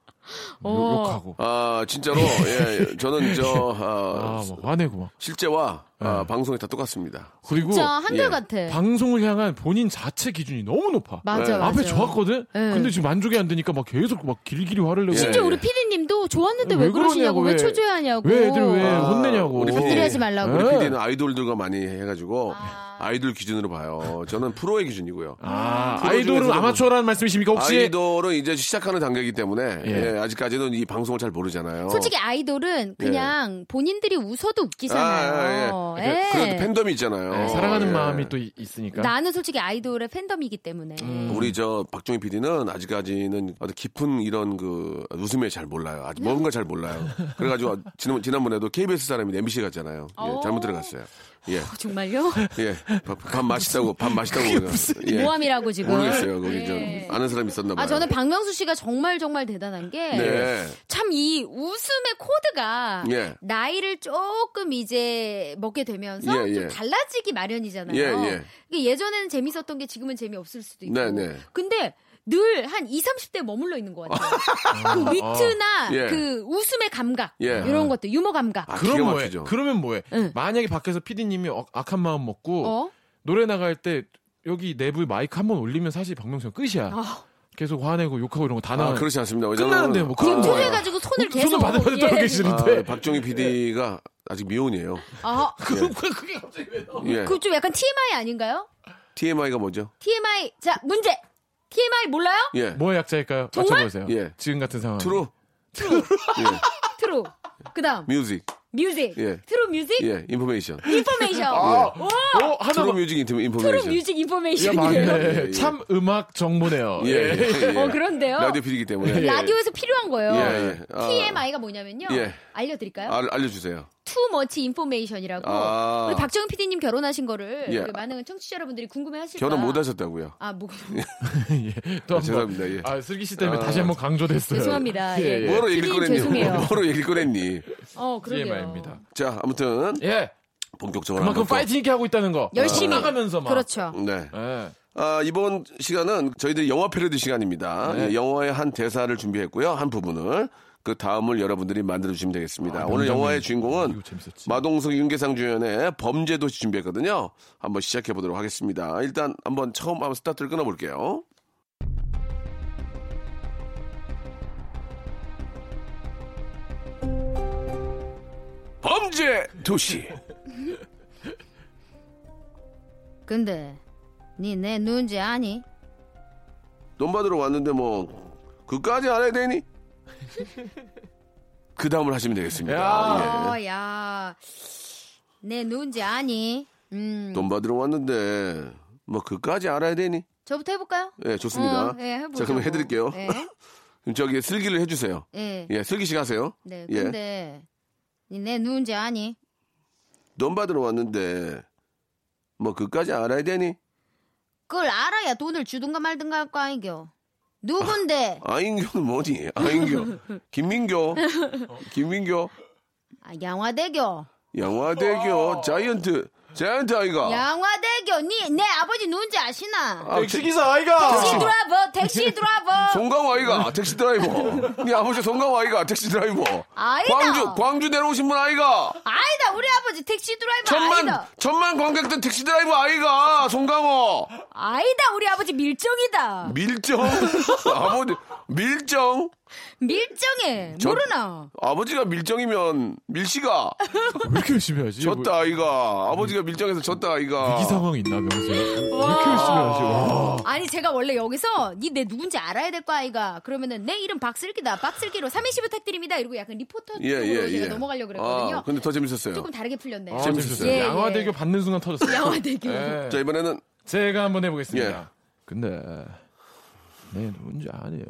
S8: 어.
S6: 욕- 욕하고
S2: 아, 진짜로, 예, 예. 저는 저, 아,
S6: [LAUGHS] 아, 네. 막 화내고 막.
S2: 실제와 아, 방송이 다 똑같습니다.
S6: 그리고
S5: 진짜
S2: 예.
S5: 한결같아.
S6: 방송을 향한 본인 자체 기준이 너무 높아.
S5: 맞아, 맞아.
S6: 앞에 좋았거든.
S5: 네.
S6: 근데 지금 만족이 안 되니까 막 계속 막 길길이 화를 내고.
S2: 진짜
S5: 진짜 우리 피디님도 좋았는데 왜,
S6: 왜
S5: 그러시냐고,
S6: 그러냐고,
S5: 왜
S6: 왜-
S5: 초조해하냐고. 어.
S6: 왜 애들 왜
S2: 아,
S6: 혼내냐고.
S2: 우리
S5: 헛소리 하지 말라고.
S2: 우리
S6: 네.
S2: PD는 아이돌들과 많이 해가지고 아... 이돌 기준으로 봐요. 저는 프로의 기준이고요.
S6: 아,
S2: 프로
S6: 아이돌은
S5: 뭐.
S2: 중에서도
S6: 아마추어라는 말씀이십니까 혹시?
S2: 아이돌은 이제 시작하는 단계이기 때문에
S6: 예.
S2: 예, 아직까지는 이 방송을 잘 모르잖아요.
S5: 솔직히 아이돌은 그냥 본인들이 웃어도 웃기잖아요.
S2: 아,
S5: 예.
S2: 그래도 팬덤이 있잖아요.
S6: 네, 사랑하는
S2: 예.
S6: 마음이 또 이- 있으니까.
S5: 어. 나는 솔직히 아이돌의 팬덤이기 때문에.
S2: 우리 저 박종희 PD는 아직까지는 어떤 깊은 이런 그 웃음에 잘 몰라요. 아직 뭔가 잘 몰라요. 그래가지고 지난 지난번에도 KBS 사람이 MBC 갔잖아요. 예, 잘못 들어갔어요. 예,
S5: 어, 정말요?
S2: 예, 밥, 밥 맛있다고 밥 맛있다고 그냥, 예.
S5: 모함이라고 지금.
S2: 모르겠어요. 거기
S5: 뭐 예.
S2: 좀 아는 사람 이 있었나 봐요.
S5: 아 저는 박명수 씨가 정말 정말 대단한 게.
S2: 네.
S5: 참 이 웃음의 코드가
S2: 예.
S5: 나이를 조금 이제 먹게 되면서
S2: 예, 예.
S5: 좀 달라지기 마련이잖아요.
S2: 예, 예.
S5: 이게 예전에는 재밌었던 게 지금은 재미없을 수도 있고.
S2: 네, 네.
S5: 근데 늘 한 20, 30대 머물러 있는 것
S2: [LAUGHS]
S5: 같아요. 그 위트나
S2: 예.
S5: 그 웃음의 감각
S2: 예.
S5: 이런 것들 유머 감각.
S2: 아, 기가
S6: 그럼 뭐해?
S2: 막히죠.
S6: 그러면 뭐해?
S5: 응.
S6: 만약에 밖에서 PD님이 어, 악한 마음 먹고
S5: 어?
S6: 노래 나갈 때 여기 내부 마이크 한 번 올리면 사실 박명수가 끝이야.
S5: 아.
S6: 계속 화내고 욕하고 이런 거 다
S2: 아
S6: 나와.
S2: 그렇지 않습니다. 왜냐면-
S6: 끝나는데 뭐 그런
S2: 아,
S6: 거예요.
S5: 초조해가지고 손을 계속
S6: 손을 바닥에 들어
S5: 예.
S6: 계시는데.
S2: 아, 박종희 PD가 아직 미혼이에요.
S5: 아,
S6: 그럼 그게 갑자기 왜 나와?
S2: 예.
S5: 그좀 약간 TMI 아닌가요?
S2: TMI가 뭐죠?
S5: TMI 자 문제 TMI 몰라요?
S2: 예.
S6: 뭐의 약자일까요?
S5: 정말?
S6: 맞춰보세요.
S2: 예.
S6: 지금 같은 상황.
S2: 트루
S5: 트루 그다음
S2: 뮤직.
S5: 뮤직
S2: 예.
S5: 트루 뮤직
S2: 예. 아, 인포메이션.
S5: 인포메이션
S6: 어, 하나
S5: 뭐?
S2: 트루
S6: 봐.
S2: 뮤직 인포-
S5: 트루
S2: 인포메이션.
S5: 뮤직
S6: 야,
S5: 인포메이션
S2: 예,
S6: 맞네.
S2: 예.
S6: 참 음악 정보네요.
S2: 예. 예, 예.
S5: 어 그런데요
S2: 라디오 PD이기 때문에.
S5: 라디오에서 필요한 거예요
S2: 예, 예. 아.
S5: 어. TMI가 뭐냐면요
S2: 예.
S5: 알려드릴까요
S2: 알, 알려주세요.
S5: Too much information이라고
S2: 아.
S5: 우리 박정희 PD님 결혼하신 거를
S2: 예.
S5: 우리 많은 청취자 여러분들이 궁금해하실
S2: 결혼 못 하셨다고요.
S5: 아뭐
S6: [LAUGHS] 예. 또
S2: 아,
S6: 한번.
S2: 죄송합니다. 예.
S6: 아, 슬기 씨 때문에
S2: 아.
S6: 다시 한번 강조됐어요.
S5: 죄송합니다. 예.
S6: 예.
S2: 뭐로 얘기를
S5: PD님
S2: 꺼냈니?
S5: 죄송해요.
S2: [LAUGHS] 뭐로 얘기를 꺼냈니?
S5: [LAUGHS] 어, 그러게요.
S6: TMI입니다.
S2: 자, 아무튼
S6: 예.
S2: 본격적으로
S6: 그만큼
S2: 한번
S6: 파이팅 있게 하고 있다는 거.
S5: 열심히.
S6: 나가면서 막.
S5: 그렇죠.
S2: 또- 네.
S6: 예.
S2: 아, 이번 시간은 저희들 영화 패러디 시간입니다.
S6: 네.
S2: 예, 영화의 한 대사를 준비했고요. 한 부분을. 그 다음을 여러분들이 만들어주시면 되겠습니다.
S6: 아,
S2: 오늘
S6: 명장면.
S2: 영화의 주인공은
S6: 이거 재밌었지.
S2: 마동석 윤계상 주연의 범죄도시 준비했거든요. 한번 시작해보도록 하겠습니다. 일단 한번 처음 한번 스타트를 끊어볼게요. 범죄 도시.
S5: 근데 니 내 누군지 아니?
S2: 돈 받으러 왔는데 뭐 그까지 알아야 되니? 그 다음을 하시면 되겠습니다. 예.
S5: 어야 내 누군지 아니? 음
S2: 예. 돈 받으러 왔는데 뭐 그까지 알아야 되니?
S5: 저부터 해볼까요?
S2: 예, 좋습니다.
S5: 어, 예, 해보자고.
S2: 자, 그럼 해드릴게요.
S5: 예.
S2: [LAUGHS] 그럼 저기 슬기를 해주세요.
S5: 예.
S2: [LAUGHS] 예, 슬기 씨가 하세요.
S5: 네.
S2: 예.
S5: 근데 니내 누군지 아니?
S2: 돈 받으러 왔는데 뭐 그까지 알아야 되니?
S5: 그걸 알아야 돈을 주든가 말든가 할 거 아니겨. 누군데?
S2: 아인교는 뭐니?
S5: [LAUGHS]
S2: 아인교, 김민교, 김민교,
S5: 아, 양화대교.
S2: 양화대교, 자이언트, 자이언트 아이가.
S5: 양화대교. 니 내 아버지 누군지 아시나?
S2: 아,
S6: 택시 기사 아이가.
S5: 택시 드라이버, 택시
S2: [LAUGHS]
S5: 드라이버.
S2: 송강호 아이가 택시 드라이버. 네 아버지 송강호 아이가 택시 드라이버.
S5: 아이다.
S2: 광주 광주 내려오신 분 아이가.
S5: 아니다, 우리 아버지 택시 드라이버
S2: 천만
S5: 아니다.
S2: 천만 관객들 택시 드라이버 아이가 송강호
S5: 아니다, 우리 아버지 밀정이다.
S2: 밀정 아버지 밀정
S5: 밀정해
S2: 저-
S5: 모르나
S2: 아버지가 밀정이면 밀씨가
S6: 왜 이렇게 열심히 하지?
S2: 졌다 아이가. 아버지가 밀정해서 졌다 아이가.
S6: 이 상황이 있나 명수야? 왜 이렇게 열심히 하지?
S2: 어.
S6: 와.
S5: 아니 제가 원래 여기서 니 내 누군지 알아야 될 거 아이가 그러면은 내 이름 박슬기다 박슬기로 3인시 부탁드립니다 이러고 약간 리포터
S2: 예,
S5: 쪽으로
S2: 예,
S5: 제가
S2: 예.
S5: 넘어가려고 그랬거든요
S2: 아, 근데 더 재밌었어요.
S5: 조금 다르게 풀렸네요
S6: 아,
S2: 재밌었어요.
S6: 재밌었어요.
S5: 예, 예.
S6: 양화대교 받는 순간 터졌어요.
S5: 양화대교.
S6: 예.
S2: 자, 이번에는
S6: 제가 한번 해보겠습니다.
S2: 예.
S6: 근데 내 누군지 아니?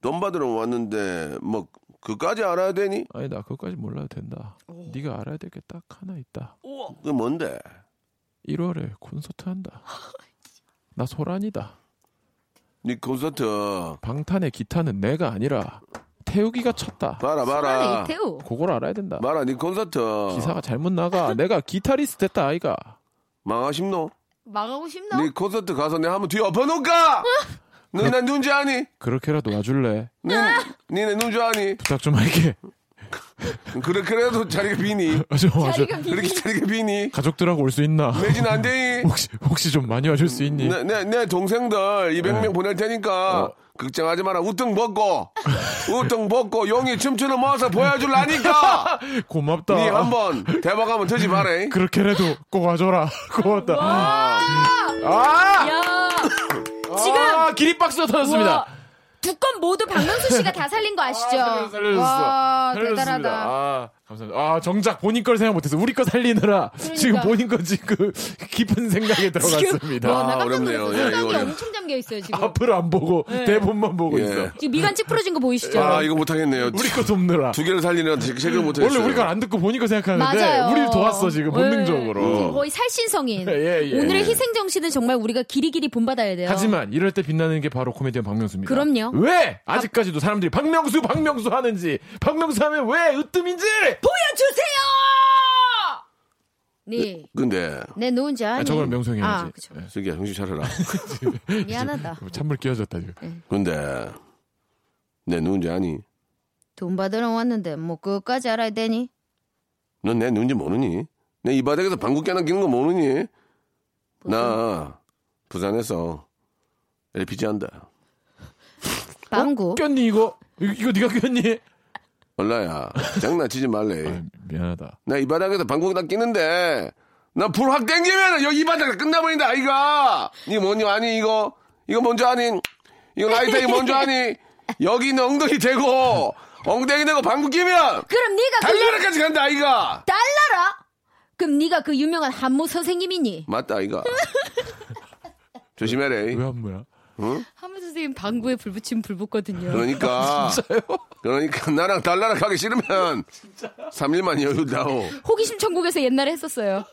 S2: 돈 받으러 왔는데 뭐 그까지 알아야 되니?
S6: 아니 나 그것까지 몰라도 된다. 네가 알아야 될 게 딱 하나 있다.
S2: 그게 뭔데?
S6: 1월에 콘서트 한다. 나 소란이다.
S2: 네 콘서트
S6: 방탄의 기타는 내가 아니라 태욱이가 쳤다.
S2: 봐라
S5: 아,
S2: 봐라
S5: 이태우
S6: 그걸 알아야 된다.
S2: 봐라 네 콘서트
S6: 기사가 잘못 나가. 내가 기타리스트 했다 아이가.
S2: 망하십노?
S10: 망하고 싶나?
S2: 네 콘서트 가서 내가 한번 뒤에 엎어놓을까? 너나 누군지 아니?
S6: 그렇게라도 와줄래?
S2: 네, 니네 누군지 아니?
S6: 부탁 좀 할게. 아,
S2: 그래 그래도 자리가 비니
S6: 좀 와줘.
S2: 그렇게 자리가 네. 비니
S6: 가족들하고 올 수 있나?
S2: 매진 안 되니?
S6: 혹시 혹시 좀 많이 와줄 수 있니?
S2: 내, 내, 내 동생들 200명
S6: 네.
S2: 보낼 테니까
S6: 어.
S2: 걱정하지 마라 우등 벗고 우등 벗고 용이 춤추는 모습
S6: [LAUGHS]
S2: 보여줄라니까
S6: 고맙다.
S2: 니 네, 한번 대박 한번 터지 마라
S6: 어. [LAUGHS] 그렇게라도 꼭 와줘라. [LAUGHS] 고맙다. 아!
S5: 야
S6: 아, 기립박수가
S5: 우와,
S6: 터졌습니다.
S5: 두 건 모두 박명수 씨가 다 살린 거 아시죠?
S6: 아, 살려- 살려줬어.
S10: 와,
S6: 살려줬습니다.
S10: 대단하다.
S6: 아, 감사합니다. 아, 정작 본인 걸 생각 못해서 우리 거 살리느라
S5: 그러니까.
S6: 지금 본인 거 지금 그 깊은 생각에 들어갔습니다.
S5: 뭐
S10: 와, 나
S2: 아,
S10: 깜짝
S2: 어렵네요.
S10: 놀랐어.
S2: 예,
S10: 생각이
S2: 이거는.
S10: 엄청 잠겨 있어요, 지금.
S6: 앞을 안 보고
S5: 네.
S6: 대본만 보고
S2: 예.
S6: 있어.
S5: 지금 미간치 부러진 거 보이시죠?
S2: 아 이거 못하겠네요
S6: 우리 거 돕느라.
S2: 두 개를 살리느라 제대로
S6: 원래
S2: 못했어요
S6: 우리가 안 듣고 보니까 생각하는데
S5: 맞아요.
S6: 네. 우리를 도왔어 지금
S5: 네.
S6: 본능적으로.
S5: 지금 거의 살신성인.
S6: 예, 예.
S5: 오늘의 희생 정신은 정말 우리가 길이길이 본받아야 돼요.
S6: 하지만 이럴 때 빛나는 게 바로 코미디언 박명수입니다.
S5: 그럼요.
S6: 왜 아직까지도 사람들이 박명수 박명수 하는지 박명수 하면 왜 으뜸인지
S5: 어? 보여주세요!
S10: 네.
S2: 근데
S10: 내 누군지 아니?
S6: 아, 저걸 명성이
S10: 아,
S6: 해야지.
S10: 그쵸.
S6: 예. 그
S2: 저기 형식 차려라
S10: 미안하다.
S6: 찬물 끼워졌다
S5: 네.
S6: 지금.
S2: 근데 내 누군지 아니?
S10: 돈 받으러 왔는데 뭐 그것까지 알아야 되니?
S6: 어?
S2: 넌 내 누군지 모르니? 내 이 바닥에서 방구 깨나기는 거 모르니? 나 부산에서 LPG 한다
S10: 방구.
S6: 어? 꼈니 이거 이- 이거 네가 꼈니?
S2: 얼라야 장난치지 말래
S6: 아, 미안하다.
S2: 나 이 바닥에서 방구 나 끼는데 나 불 확 땡기면 여기 이 바닥에 끝나버린다 아이가 니 뭔지 아니 이거 이거 뭔지 아니 이거 라이터 이거 뭔지 아니 여기는 엉덩이 대고 엉덩이 대고 방구 끼면
S5: 그럼 네가 그
S2: 달나라까지 간다 아이가
S5: 달라라? 그럼 네가 그 유명한 한모 선생님이니?
S2: 맞다 아이가 조심해래
S6: 왜 한 거야?
S5: 한모 선생님 방구에 불 붙이면 불 붙거든요.
S10: 아,
S2: 그러니까 그러니까 나랑 달나라 가기
S10: [LAUGHS]
S2: 싫으면 3일만 여유 다오
S5: 호기심 천국에서 옛날에 했었어요.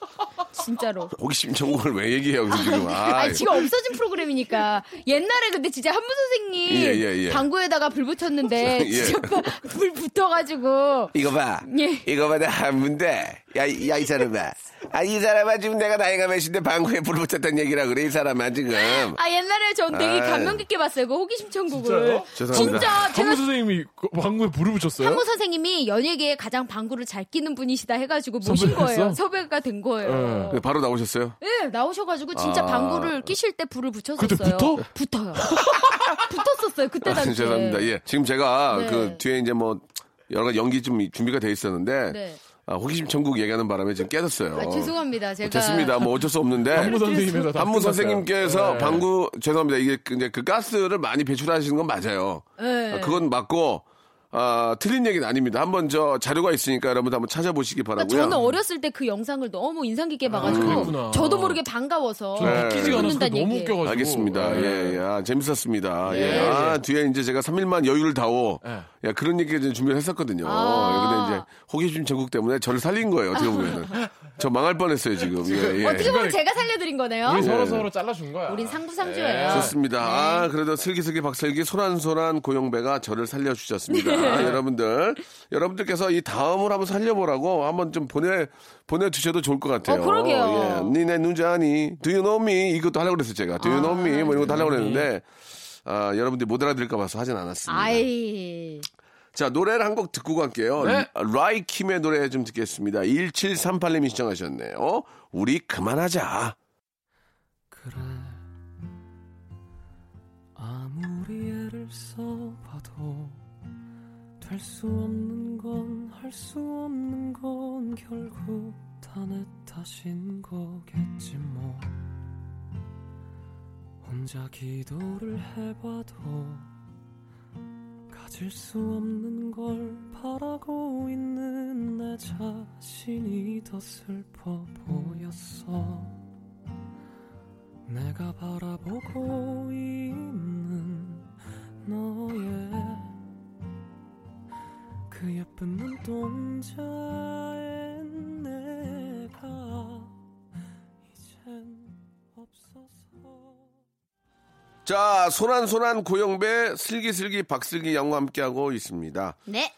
S5: 진짜로.
S2: 호기심 천국을 왜 얘기해요 여기서 지금 아
S10: 아니, 지금 없어진 프로그램이니까. 옛날에 근데 진짜 한부 선생님
S2: 예, 예, 예.
S10: 방구에다가 불 붙였는데
S2: 예.
S10: 진짜
S5: 뭐
S10: 막불 붙어가지고
S2: 이거 봐.
S10: 예.
S2: 이거 봐, 나안 문데. 야, 이- 야, 이 사람아. 아, 이 사람아, 지금 내가 나이가 몇인데 방구에 불 붙였단 얘기라 그래, 이 사람아, 지금.
S5: 아 옛날에 전 되게
S2: 아이.
S5: 감명 깊게 봤어요. 그 호기심 천국을.
S2: 죄송합니다.
S5: 진짜
S6: 한무
S5: 제가
S6: 선생님이 그 방구에 불을 붙였어요?
S5: 한모 선생님이 연예계에 가장 방구를 잘 끼는 분이시다 해가지고 모신
S6: 섭외를
S5: 거예요.
S6: 했어?
S5: 섭외가 된 거예요.
S2: 근데 바로 나오셨어요?
S5: 네, 나오셔가지고 진짜
S2: 아.
S5: 방구를 끼실 때 불을 붙였었어요.
S6: 그때 붙어?
S5: 붙어요. [LAUGHS] 붙었었어요 그때 당시에.
S2: [LAUGHS] 죄송합니다. 예. 지금 제가
S5: 네.
S2: 그 뒤에 이제 뭐 여러 가지 연기 좀 준비가 돼 있었는데.
S5: 네.
S2: 아, 호기심 천국 얘기하는 바람에 지금 깨졌어요.
S10: 아, 죄송합니다. 아, 제가
S2: 됐습니다. 뭐 어쩔 수 없는데.
S6: 한무 선생님에서 다
S2: 한무
S6: 끝났어요.
S2: 선생님께서
S6: 예.
S2: 방구, 죄송합니다. 이게 그- 이제 그 가스를 많이 배출하시는 건 맞아요.
S5: 네.
S2: 아, 그건 맞고, 아, 틀린 얘기는 아닙니다. 한번 저 자료가 있으니까 여러분들 한번 찾아보시기
S5: 그러니까
S2: 바라고요
S5: 저는 어렸을 때 그 영상을 너무 인상 깊게 봐가지고
S6: 그랬구나.
S5: 저도 모르게 반가워서 네.
S6: 저는 웃기지가 않아서
S5: 웃는다는
S6: 너무
S5: 얘기예요. 네.
S6: 웃겨가지고.
S2: 네. 알겠습니다.
S6: 예.
S2: 예, 예. 아, 재밌었습니다. 예.
S5: 예.
S2: 아, 뒤에 이제 제가 3일만 여유를 다오.
S6: 예.
S2: 야, 그런 얘기 좀 준비를 했었거든요.
S5: 아.
S2: 근데 이제 호기심 전국 때문에 저를 살린 거예요. 어떻게 보면은. 저 망할 뻔했어요, 지금. 예, 예.
S5: [LAUGHS] 어떻게 보면 제가 살려드린 거네요.
S6: 우리 서로 서로 잘라준 거야.
S5: 우린 상부상조예요.
S2: 좋습니다. 아, 그래도 슬기슬기 박슬기 소란소란 고영배가 저를 살려주셨습니다.
S5: 네.
S2: 아, 여러분들, 여러분들께서 이 다음을 한번 살려보라고 한번 좀 보내, 보내주셔도 좋을 것 같아요.
S5: 어, 그러게요.
S2: 예. 니네 눈자니, do you know me? 이것도 하려고 그랬어요, 제가. do you know me? 뭐 이런 것도 하려고 그랬는데,
S5: 네.
S2: 아, 여러분들이 못 알아들을까봐서 하진 않았습니다.
S10: 아이
S2: 자, 노래를 한 곡 듣고 갈게요.
S6: 네.
S2: 라이킴의 노래 좀 듣겠습니다. 1738님이 시청하셨네요. 우리 그만하자.
S11: 그래 아무리 애를 써봐도 할 수 없는 건 할 수 없는 건 결국 다 내 탓인 거겠지 뭐 혼자 기도를 해봐도 가질 수 없는 걸 바라고 있는 내 자신이 더 슬퍼 보였어 내가 바라보고 있는 너의 그 예쁜 눈동자엔 내가 이젠 없어서
S2: 자, 소란소란 고영배, 슬기슬기 박슬기 양과 함께하고 있습니다.
S5: 네.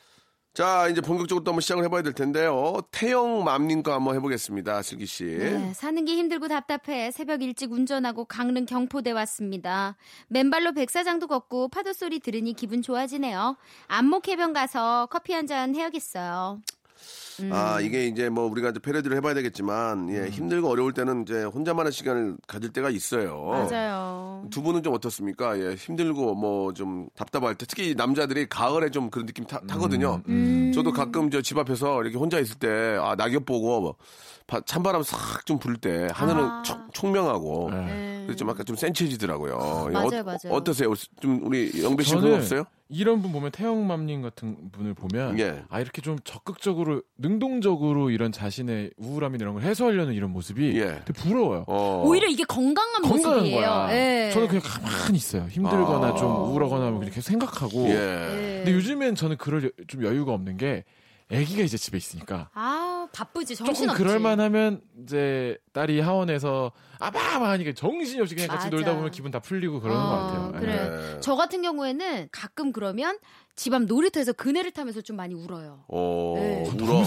S2: 자, 이제 본격적으로 또 한번 시작을 해봐야 될 텐데요. 태영맘님과 한번 해보겠습니다, 슬기씨.
S6: 예?
S5: 네, 사는 게 힘들고 답답해 새벽 일찍 운전하고 강릉 경포대 왔습니다. 맨발로 백사장도 걷고 파도 소리 들으니 기분 좋아지네요. 안목 해변 가서 커피 한 잔 해야겠어요. 음.
S2: 아, 이게 이제 뭐 우리가 이제 패러디를 해봐야 되겠지만, 예, 힘들고 어려울 때는 이제 혼자만의 시간을 가질 때가 있어요.
S5: 맞아요.
S2: 두 분은 좀 어떻습니까? 예, 힘들고 뭐 좀 답답할 때 특히 남자들이 가을에 좀 그런 느낌 타, 거든
S5: 음.
S6: 음,
S2: 요 저도 가끔 저 집 앞에서 이렇게 혼자 있을 때 아, 낙엽 보고 뭐 바- 찬바람 싹 좀 불 때 하늘은
S5: 아.
S2: 총- 총명하고
S6: 네.
S2: 그래서 좀 아까 좀 센치해지더라고요. 예,
S5: 맞아요,
S2: 어,
S5: 맞아요.
S2: 떠세요좀 우리 영배 씨 그거 없어요?
S6: 이런 분 보면 태영맘님 같은 분을 보면
S2: 예.
S6: 아 이렇게 좀 적극적으로 능동적으로 이런 자신의 우울함 이런 걸 해소하려는 이런 모습이
S2: 예.
S6: 되게 부러워요.
S2: 어.
S12: 오히려 이게 건강한
S6: 건강한
S12: 모습이에요.
S6: 거야.
S5: 네.
S12: 예.
S6: 저는 그냥 가만히 있어요. 힘들거나
S2: 아.
S6: 좀 우울하거나 하면 그냥 계속 생각하고.
S5: 네.
S2: 예.
S6: 근데 요즘엔 저는 그럴 여- 좀 여유가 없는 게 아기가 이제 집에 있으니까
S12: 아 바쁘지 정신
S6: 조금
S12: 없지.
S6: 그럴만하면 이제 딸이 하원에서 아바마 하니까 정신이 없이 그냥 같이
S5: 맞아.
S6: 놀다 보면 기분 다 풀리고 그러는
S5: 어,
S6: 것 같아요.
S5: 그래요.
S6: 예.
S2: 예.
S5: 저 같은 경우에는 가끔 그러면 집 앞 놀이터에서 그네를 타면서 좀 많이 울어요.
S2: 어,
S5: 네.
S2: 울어.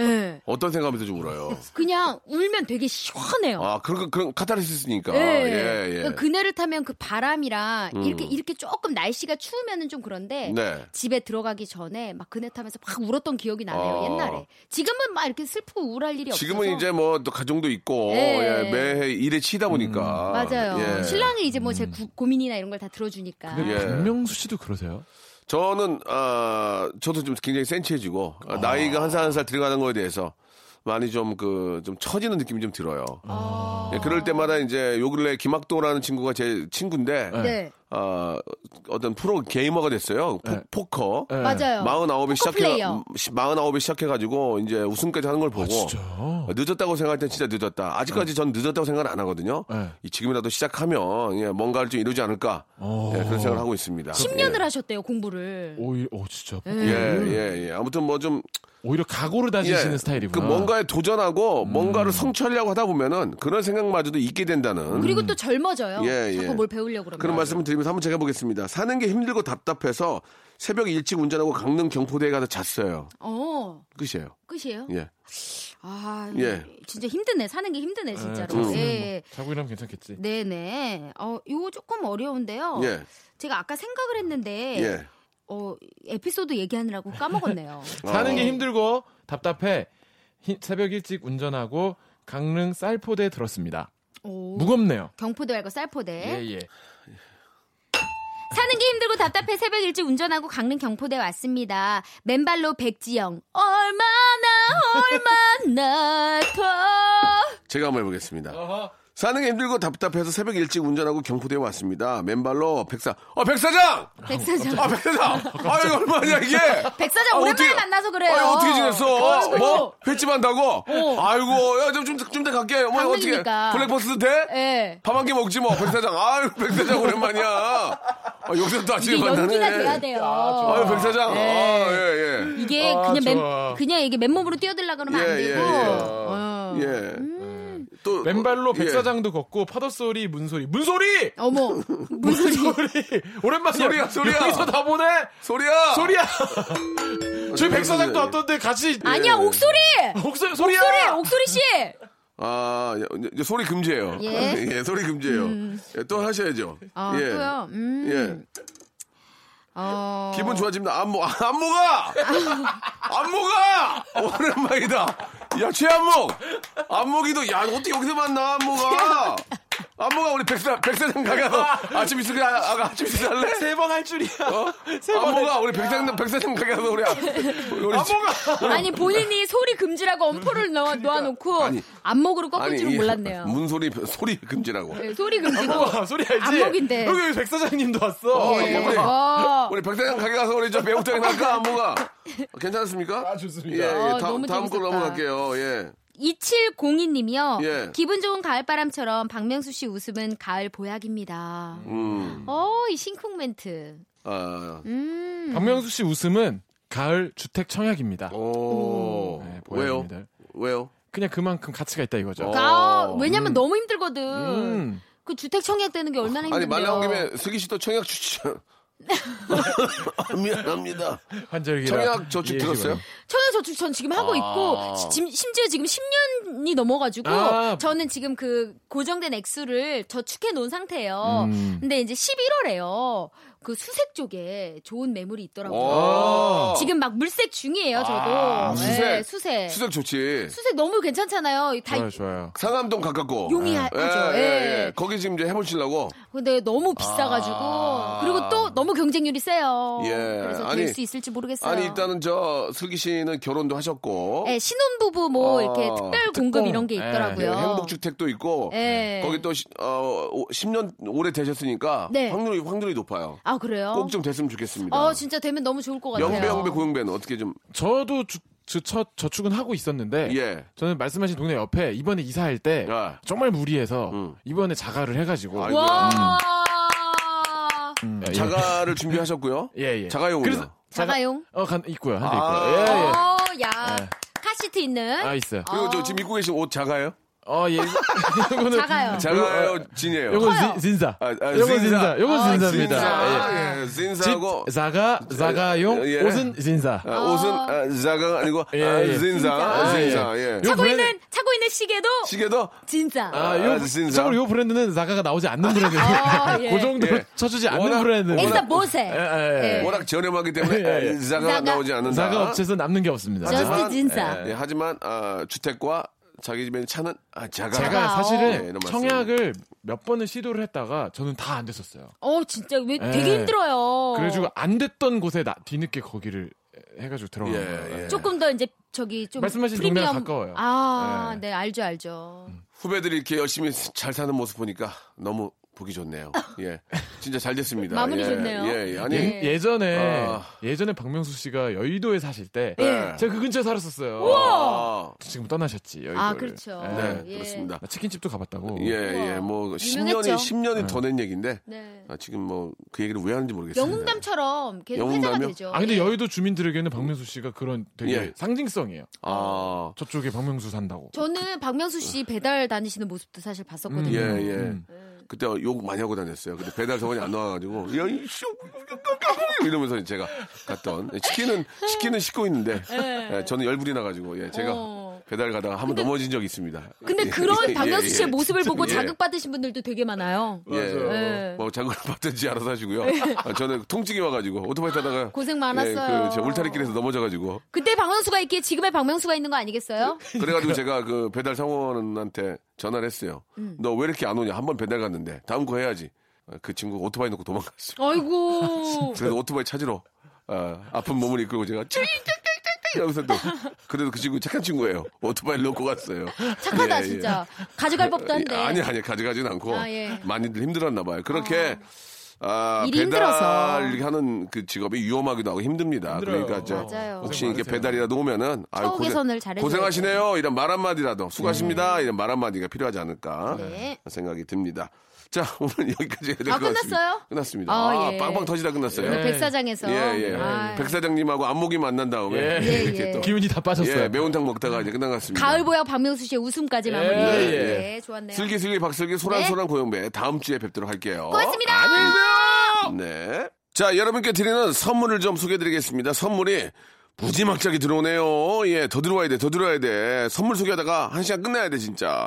S5: 예.
S2: 어떤 생각하면서 좀 울어요?
S5: [LAUGHS] 그냥 울면 되게 시원해요.
S2: 아, 그런, 그런 카타르시스니까.
S5: 예.
S2: 예, 예.
S5: 그러니까 그네를 타면 그 바람이랑
S2: 음.
S5: 이렇게 이렇게 조금 날씨가 추우면은 좀 그런데
S2: 네.
S5: 집에 들어가기 전에 막 그네 타면서 막 울었던 기억이 나네요
S2: 아.
S5: 옛날에. 지금은 막 이렇게 슬프고 우울할 일이
S2: 지금은
S5: 없어서.
S2: 이제 뭐 또 가정도 있고
S5: 예. 음.
S2: 예, 매해 일에 치다 보니까
S5: 맞아요.
S2: 예.
S5: 신랑이 이제 뭐 제 고민이나 이런 걸 다 들어주니까.
S6: 근데
S2: 예.
S6: 박명수 씨도 그러세요?
S2: 저는 아 저도 좀 굉장히 센치해지고 아, 나이가 한 살 한 살 들어가는 거에 대해서 많이 좀 그 좀 처지는 느낌이 좀 들어요.
S5: 아.
S2: 예, 그럴 때마다 이제 요 근래 김학도라는 친구가 제 친구인데
S5: 네.
S2: 아 어떤 프로 게이머가 됐어요. 포,
S6: 네.
S2: 포커.
S6: 예.
S5: 맞아요.
S2: 마흔아홉에 시작해
S5: 포커플레이어.
S2: 마흔아홉에 시작해가지고 이제 우승까지 하는 걸 보고
S6: 아,
S2: 아,
S6: 진짜요?
S2: 늦었다고 생각할 땐 진짜 늦었다. 아직까지 전 늦었다고 생각 안 하거든요.
S6: 네.
S2: 이 지금이라도 시작하면 예, 뭔가를 좀 이루지 않을까
S6: 오.
S2: 예, 그런 생각을 하고 있습니다.
S5: 10년을 하셨대요 공부를.
S6: 어.
S2: 음.
S6: 오, 오 어, 진짜
S2: 예, 예, 예. 아무튼 뭐좀
S6: 오히려 각오를 다지시는 스타일이구나.
S5: 아.
S2: 그 뭔가에
S5: 음.
S2: 도전하고 뭔가를 성취하려고 하다 보면은 그런 생각마저도 있게 된다는
S5: 그리고 또 젊어져요.
S2: 예, 예.
S5: 자꾸 뭘 배우려고 그러면.
S2: 그런 말씀을 드리면서 한번 제가 보겠습니다. 사는 게 힘들고 답답해서 새벽 일찍 운전하고 강릉 경포대에 가서 잤어요.
S5: 어
S2: 끝이에요.
S5: 끝이에요?
S2: 예.
S5: 아
S2: 예.
S5: 진짜 힘드네 사는 게 힘드네 진짜로.
S6: 자고
S5: 예.
S6: 자고 일하면 괜찮겠지.
S5: 네네. 어, 요거 조금 어려운데요.
S2: 예.
S5: 제가 아까 생각을 했는데,
S2: 예.
S5: 어, 에피소드 얘기하느라고
S2: [LAUGHS]
S5: 까먹었네요.
S6: 사는
S2: 어.
S6: 게 힘들고 답답해. 히- 새벽 일찍 운전하고 강릉 쌀포대에 들었습니다.
S5: 오. 네?
S6: 무겁네요.
S5: 경포대 말고 쌀포대.
S6: 예, 예.
S5: 사는 게 힘들고 답답해 새벽 일찍 운전하고 강릉 경포대 왔습니다. 맨발로 백지영. 얼마나, 얼마나 더.
S2: 제가 한번 해보겠습니다.
S6: 어허.
S2: 사는 게 힘들고 답답해서 새벽 일찍 운전하고 경포대에 왔습니다. 맨발로 백사. 어 백사장!
S5: 백사장.
S2: 아 백사장! 아 이거 얼마냐 이게?
S5: 백사장
S2: 아,
S5: 오랜만에
S2: 어떻게-
S5: 만나서 그래요.
S2: 아니, 어떻게 지냈어?
S5: 그래가지고. 어.
S2: 뭐? 횟집 한다고? 아이고, 야, 좀, 좀, 좀 더 갈게. 뭐, 어떻게.
S5: 강릉이니까.
S2: 블랙버스 돼?
S5: 예.
S2: 밥 한 끼 먹지 뭐, 백사장. 아유, 백사장 오랜만이야. 아, 여기서 또
S5: 이게
S2: 아침에 만나네.
S5: 연기가 돼야 돼요. 음.
S2: 아유, 백사장. 아, 예, 예.
S5: 이게
S6: 아,
S5: 그냥
S6: 좋아.
S5: 맨, 그냥 이게 맨몸으로 뛰어들라 그러면 안
S2: 예, 예,
S5: 되고.
S2: 예.
S5: 어.
S2: 예.
S5: 음.
S2: 또.
S6: 맨발로
S2: 예.
S6: 백사장도 걷고 파도 소리, 문소리, 문소리,
S5: 어머, 무슨 소리?
S6: 소리. 오랜만이야.
S2: 소리야, 소리야.
S6: 여기서 다 보네.
S2: 소리야!
S6: 소리야. 저희
S2: 아,
S6: 백사장도
S2: 예.
S6: 왔던데 같이.
S5: 아니야, 옥소리! 네,
S6: 옥소리, 소리야.
S5: 옥소리! 옥소리 씨!
S2: 아, 이제- 이제 소리 [LAUGHS] 금지예요
S5: 예.
S2: 소리 금지예요 예, 또 하셔야죠.
S5: 어,
S2: 예.
S5: 또요. 음.
S2: 예.
S5: 어.
S2: 기분 좋아집니다. 안모, 안모가! 안모가! 오랜만이다. 야, 최안목! 안목이도, 야, 어떻게 여기서 만나, 안모가! 안무가 우리 백사, 백사장 가가서 아침 이슬, 아, 아, 아침 이슬 할래?
S6: 세 번 할 줄이야.
S2: 안무가 우리 백사장, 백사장 가가서 우리, 아- 우리 안무가!
S13: 아니 본인이 소리 금지라고 엄포를 넣어 놓아놓고
S2: 그러니까. 아니. 아,
S13: 안목으로 꺾을 줄은 몰랐네요.
S2: 문 소리, 소리 금지라고. 뭐
S13: 네, 소리 금지고
S6: 와, 소리 알지?
S13: 안목인데.
S6: 네. 여기 백 사장님도 왔어.
S2: 어,
S5: 네.
S2: 예, 우리,
S13: 어,
S2: 우리 백사장 가게 가서 우리 저 매운탕이 날까, 안무가? 괜찮습니까?
S6: 아, 좋습니다.
S2: 예, 예.
S13: 어,
S2: 다,
S13: 너무
S2: 다음
S13: 재밌었다.
S2: 걸로 넘어갈게요, 예.
S5: 2702님이요.
S2: 예.
S5: 기분 좋은 가을바람처럼 박명수 씨 웃음은 가을 보약입니다.
S2: 음,
S5: 어, 이 싱쿵 멘트.
S2: 아,
S5: 음.
S6: 박명수 씨 웃음은 가을 주택 청약입니다.
S2: 오.
S6: 네,
S2: 어, 왜요?
S6: 보여드립니다.
S2: 왜요?
S6: 그냥 그만큼 가치가 있다 이거죠.
S2: 어.
S5: 아,
S2: 어,
S5: 왜냐면 너무 힘들거든.
S6: 음.
S5: 그 주택 청약되는 게 얼마나 힘든데요.
S2: 아니, 말 나온 김에 슬기 씨도 청약
S5: [LAUGHS]
S2: 추천. 미안합니다.
S6: 환절기. 예,
S2: 청약 저축 들었어요?
S5: 청약저축 전 지금 하고
S2: 아.
S5: 있고 지- 지- 심지어 지금 10년이 넘어가지고
S6: 아.
S5: 저는 지금 그 고정된 액수를 저축해 놓은 상태예요.
S6: 음.
S5: 근데 이제 11월에요. 그 수색 쪽에 좋은 매물이 있더라고요. 어.
S2: 오.
S5: 지금 막 물색 중이에요, 저도.
S2: 아, 수색.
S5: 네, 수색.
S2: 수색 네. 좋지.
S5: 수색 너무 괜찮잖아요. 다
S6: 좋아요, 좋아요.
S2: 상암동 가깝고.
S5: 용이 하- 하죠. 예.
S2: 거기 지금 이제 해보시려고.
S5: 근데 너무 비싸가지고
S2: 아.
S5: 그리고 또 너무 경쟁률이 세요.
S2: 예.
S5: 그래서
S2: 아니,
S5: 될 수 있을지 모르겠어요.
S2: 아니, 일단은 저 슬기 씨는 결혼도 하셨고.
S5: 예, 신혼부부 뭐
S2: 아.
S5: 이렇게 특별 공급 이런 게
S6: 예.
S5: 있더라고요.
S2: 예, 행복주택도 있고.
S5: 예.
S2: 거기 또, 시- 어, 오- 10년 오래 되셨으니까.
S5: 네.
S2: 확률이, 확률이 높아요.
S5: 아 그래요?
S2: 꼭 좀 됐으면 좋겠습니다.
S5: 어 진짜 되면 너무 좋을 것 같아요.
S2: 영배, 영배, 고영배는 어떻게 좀.
S6: 저도 주, 저, 첫 저축은 하고
S5: 네.
S6: 있었는데
S2: 예.
S6: 저는 말씀하신 동네 옆에 이번에 이사할 때
S2: 아.
S6: 정말 무리해서
S2: 음.
S6: 이번에 자가를 해가지고
S2: 아이고.
S5: 와.
S6: 음, 예.
S2: 자가를 준비하셨고요.
S6: 예, 예.
S2: 자가용으로.
S6: 그래서 자가-
S5: 자가용?
S6: 어, 간 있고요. 한대
S2: 아.
S6: 있고요. 예, 예.
S5: 어, 야. 카시트 있는.
S6: 아 있어요.
S2: 그리고 저 지금 입고 계신 옷 자가요?
S6: 어 예. 이거는
S5: 아,
S6: 뭐,
S5: 작아요.
S2: 자가요, 진이에요.
S6: 어, 요건 진- 진사.
S2: 아, 아,
S6: 요건
S2: 진사.
S6: 진사. 요건 진사입니다. 예.
S2: 진사. 예. 진사고.
S6: 집 자가 자가용
S2: 예.
S6: 옷은 진사.
S2: 아, 옷은 아, 자가가 아니고
S6: 예,
S2: 아,
S6: 예.
S2: 진사.
S6: 아, 예.
S2: 진사. 예.
S6: 요
S5: 차고
S6: 브랜드-
S5: 있는 차고 있는 시계도
S2: 시계도
S5: 진짜.
S6: 아,
S2: 아,
S6: 요,
S2: 진사?
S6: 참고로 요 브랜드는 자가가 나오지 않는 브랜드.
S5: 아, 예.
S6: [LAUGHS] 그 정도로
S2: 예.
S6: 쳐주지 않는
S2: 워낙-
S6: 브랜드.
S5: 일단
S2: 워낙-
S5: 모세.
S6: 예, 예, 예.
S2: 워낙 저렴하기 때문에
S6: 예, 예.
S2: 자가가
S5: 자가.
S2: 나오지 않는다.
S6: 자가 업체에서 남는 게 없습니다.
S5: 저스트
S2: 하지만-
S5: 진사.
S2: 예, 하지만 아, 주택과 자기 집에 있는 차는 아, 자가.
S6: 제가
S2: 네,
S6: 사실은
S2: 이런 말씀.
S6: 청약을 몇 번을 시도를 했다가 저는 다 안 됐었어요.
S5: 어 진짜 왜
S6: 예.
S5: 되게 힘들어요.
S6: 그래가지고 안 됐던 곳에 나, 뒤늦게 거기를 해가지고 들어간
S2: 예,
S6: 거예요.
S2: 예.
S5: 조금 더 이제 저기 좀
S6: 말씀하신
S5: 프리미엄
S6: 동네랑 가까워요.
S5: 아,
S6: 예. 음.
S5: 네, 알죠, 알죠.
S2: 후배들이 이렇게 열심히 잘 사는 모습 보니까 너무 보기 좋네요. 예. 진짜 잘 됐습니다.
S5: 마무리
S2: 예.
S5: 좋네요.
S2: 예, 예. 아니.
S6: 예, 예전에
S2: 아.
S6: 예전에 박명수 씨가 여의도에 사실 때
S2: 예.
S6: 제가 그 근처에 살았었어요.
S2: 아,
S6: 지금 떠나셨지 여의도를.
S5: 아, 그렇죠.
S6: 예.
S2: 네,
S5: 예.
S2: 그렇습니다.
S6: 나 치킨집도 가봤다고.
S2: 예, 예. 뭐 10년이
S5: 유명했죠.
S2: 10년이 더 낸 얘기인데
S5: 네.
S2: 아, 지금 뭐 그 얘기를 왜 하는지 모르겠어요.
S5: 영웅담처럼 계속 회자가
S2: 영웅담이요?
S5: 되죠.
S6: 아 근데
S5: 예.
S6: 여의도 주민들에게는 박명수 씨가 그런 되게
S2: 예.
S6: 상징성이에요.
S2: 아,
S6: 저쪽에 박명수 산다고.
S5: 저는 박명수 씨 배달 다니시는 모습도 사실 봤었거든요.
S6: 음,
S2: 예, 예. 그때 욕 많이 하고 다녔어요. 근데 배달 성원이 안 나와가지고 야, 이씨, 이러면서 제가 갔던 치킨은 치킨은 씻고 있는데 예, 저는 열불이 나가지고 예, 제가
S5: 어.
S2: 배달 가다가 한번 넘어진 적이 있습니다.
S5: 근데
S2: 예,
S5: 그런
S2: 예,
S5: 박명수
S2: 예,
S5: 씨의
S2: 예.
S5: 모습을 보고
S2: 예.
S5: 자극받으신 분들도 되게 많아요.
S2: 예,
S5: 예.
S2: 뭐 장을 받든지 알아서 하시고요. 아, 저는 통증이 와가지고 오토바이 타다가
S5: 고생 많았어요.
S2: 예, 그저 울타리길에서 넘어져가지고
S5: 그때 박명수가 있기에 지금의 박명수가 있는 거 아니겠어요?
S2: 그래가지고 제가 그 배달 상원한테 전화를 했어요.
S5: 음.
S2: 너 왜 이렇게 안 오냐? 한 번 배달 갔는데 다음 거 해야지. 아, 그 친구 가 오토바이 놓고 도망갔어.
S5: 아이고. [LAUGHS]
S2: 그래서 오토바이 찾으러 아, 아픈 몸을 이끌고 제가 찌익찌익찌익찌익 이러면서 또 그래도 그 친구 착한 친구예요. 오토바이 놓고 갔어요.
S5: 착하다,
S2: 예, 예.
S5: 진짜. 가져갈 법도 한데.
S2: 아니 아니 가져가진 않고
S5: 아, 예.
S2: 많이들 힘들었나 봐요. 그렇게 아,
S5: 일이
S2: 배달
S5: 힘들어서.
S2: 이렇게 하는 그 직업이 위험하고 하고 힘듭니다.
S6: 힘들어요.
S2: 그러니까 저
S5: 맞아요.
S2: 혹시
S6: 고생
S2: 이게
S6: 많으세요.
S2: 배달이라도 오면은 아유,
S5: 처우 개선을 잘해줘야
S2: 고생하시네요 이런 말 한마디라도
S6: 네.
S2: 수고하십니다 이런 말 한마디가 필요하지 않을까
S5: 네.
S2: 생각이 듭니다. 자 오늘 [LAUGHS] 여기까지 해야 될 것
S5: 아,
S2: 같습니다.
S5: 끝났어요?
S2: 끝났습니다.
S5: 아,
S2: 아,
S5: 예.
S2: 빵빵 터지다 끝났어요.
S5: 오늘
S6: 예.
S5: 백사장에서.
S2: 예, 예.
S5: 아유.
S2: 백 사장님하고 안목이 만난 다음에
S6: 예.
S5: 예,
S2: 이렇게
S5: 예.
S2: 또
S6: 기운이 다 빠졌어요.
S2: 예, 매운탕 먹다가 이제 끝나갔습니다.
S5: 가을 보약 박명수 씨의 웃음까지 마무리.
S6: 예,
S2: 예.
S5: 네, 좋았네요. 네?
S2: 슬기슬기 박슬기 소란소란 고영배 다음 주에 뵙도록 할게요.
S5: 고맙습니다.
S2: 네. 자, 여러분께 드리는 선물을 좀 소개해드리겠습니다. 선물이 무지막지하게 들어오네요. 예, 더 들어와야 돼, 더 들어와야 돼. 선물 소개하다가 한 시간 끝나야 돼, 진짜.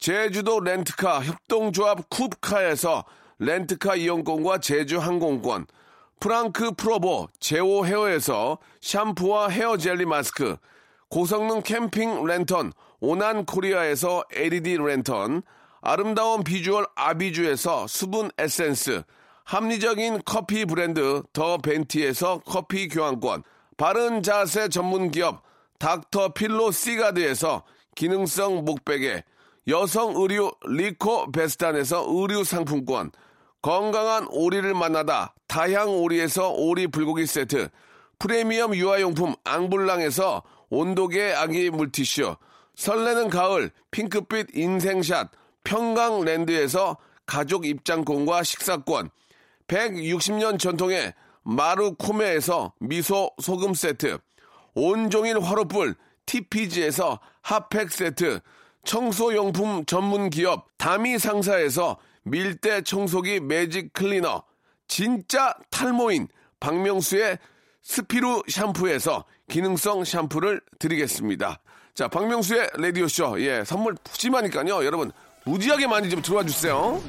S2: 제주도 렌트카 협동조합 쿱카에서 렌트카 이용권과 제주 항공권, 프랑크 프로보 제오 헤어에서 샴푸와 헤어 젤리 마스크, 고성능 캠핑 랜턴 오난 코리아에서 LED 랜턴, 아름다운 비주얼 아비주에서 수분 에센스, 합리적인 커피 브랜드 더 벤티에서 커피 교환권, 바른 자세 전문 기업 닥터 필로 시가드에서 기능성 목베개, 여성 의류 리코 베스탄에서 의류 상품권, 건강한 오리를 만나다 다향 오리에서 오리 불고기 세트, 프리미엄 유아용품 앙블랑에서 온도계 아기 물티슈, 설레는 가을 핑크빛 인생샷 평강랜드에서 가족 입장권과 식사권, 160년 전통의 마루코메에서 미소 소금 세트, 온종일 화로불 TPG에서 핫팩 세트, 청소용품 전문 기업 다미 상사에서 밀대 청소기 매직 클리너, 진짜 탈모인 박명수의 스피루 샴푸에서 기능성 샴푸를 드리겠습니다. 자, 박명수의 라디오쇼. 예, 선물 푸짐하니까요. 여러분, 무지하게 많이 좀 들어와 주세요.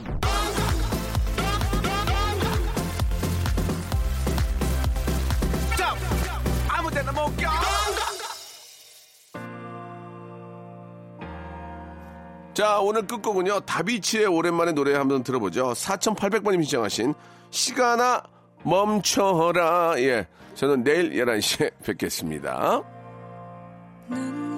S2: 자, 오늘 끝곡은요. 다비치의 오랜만에 노래 한번 들어보죠. 4,800번님 신청하신 시간아 멈춰라. 예. 저는 내일 11시에 뵙겠습니다.
S11: 눈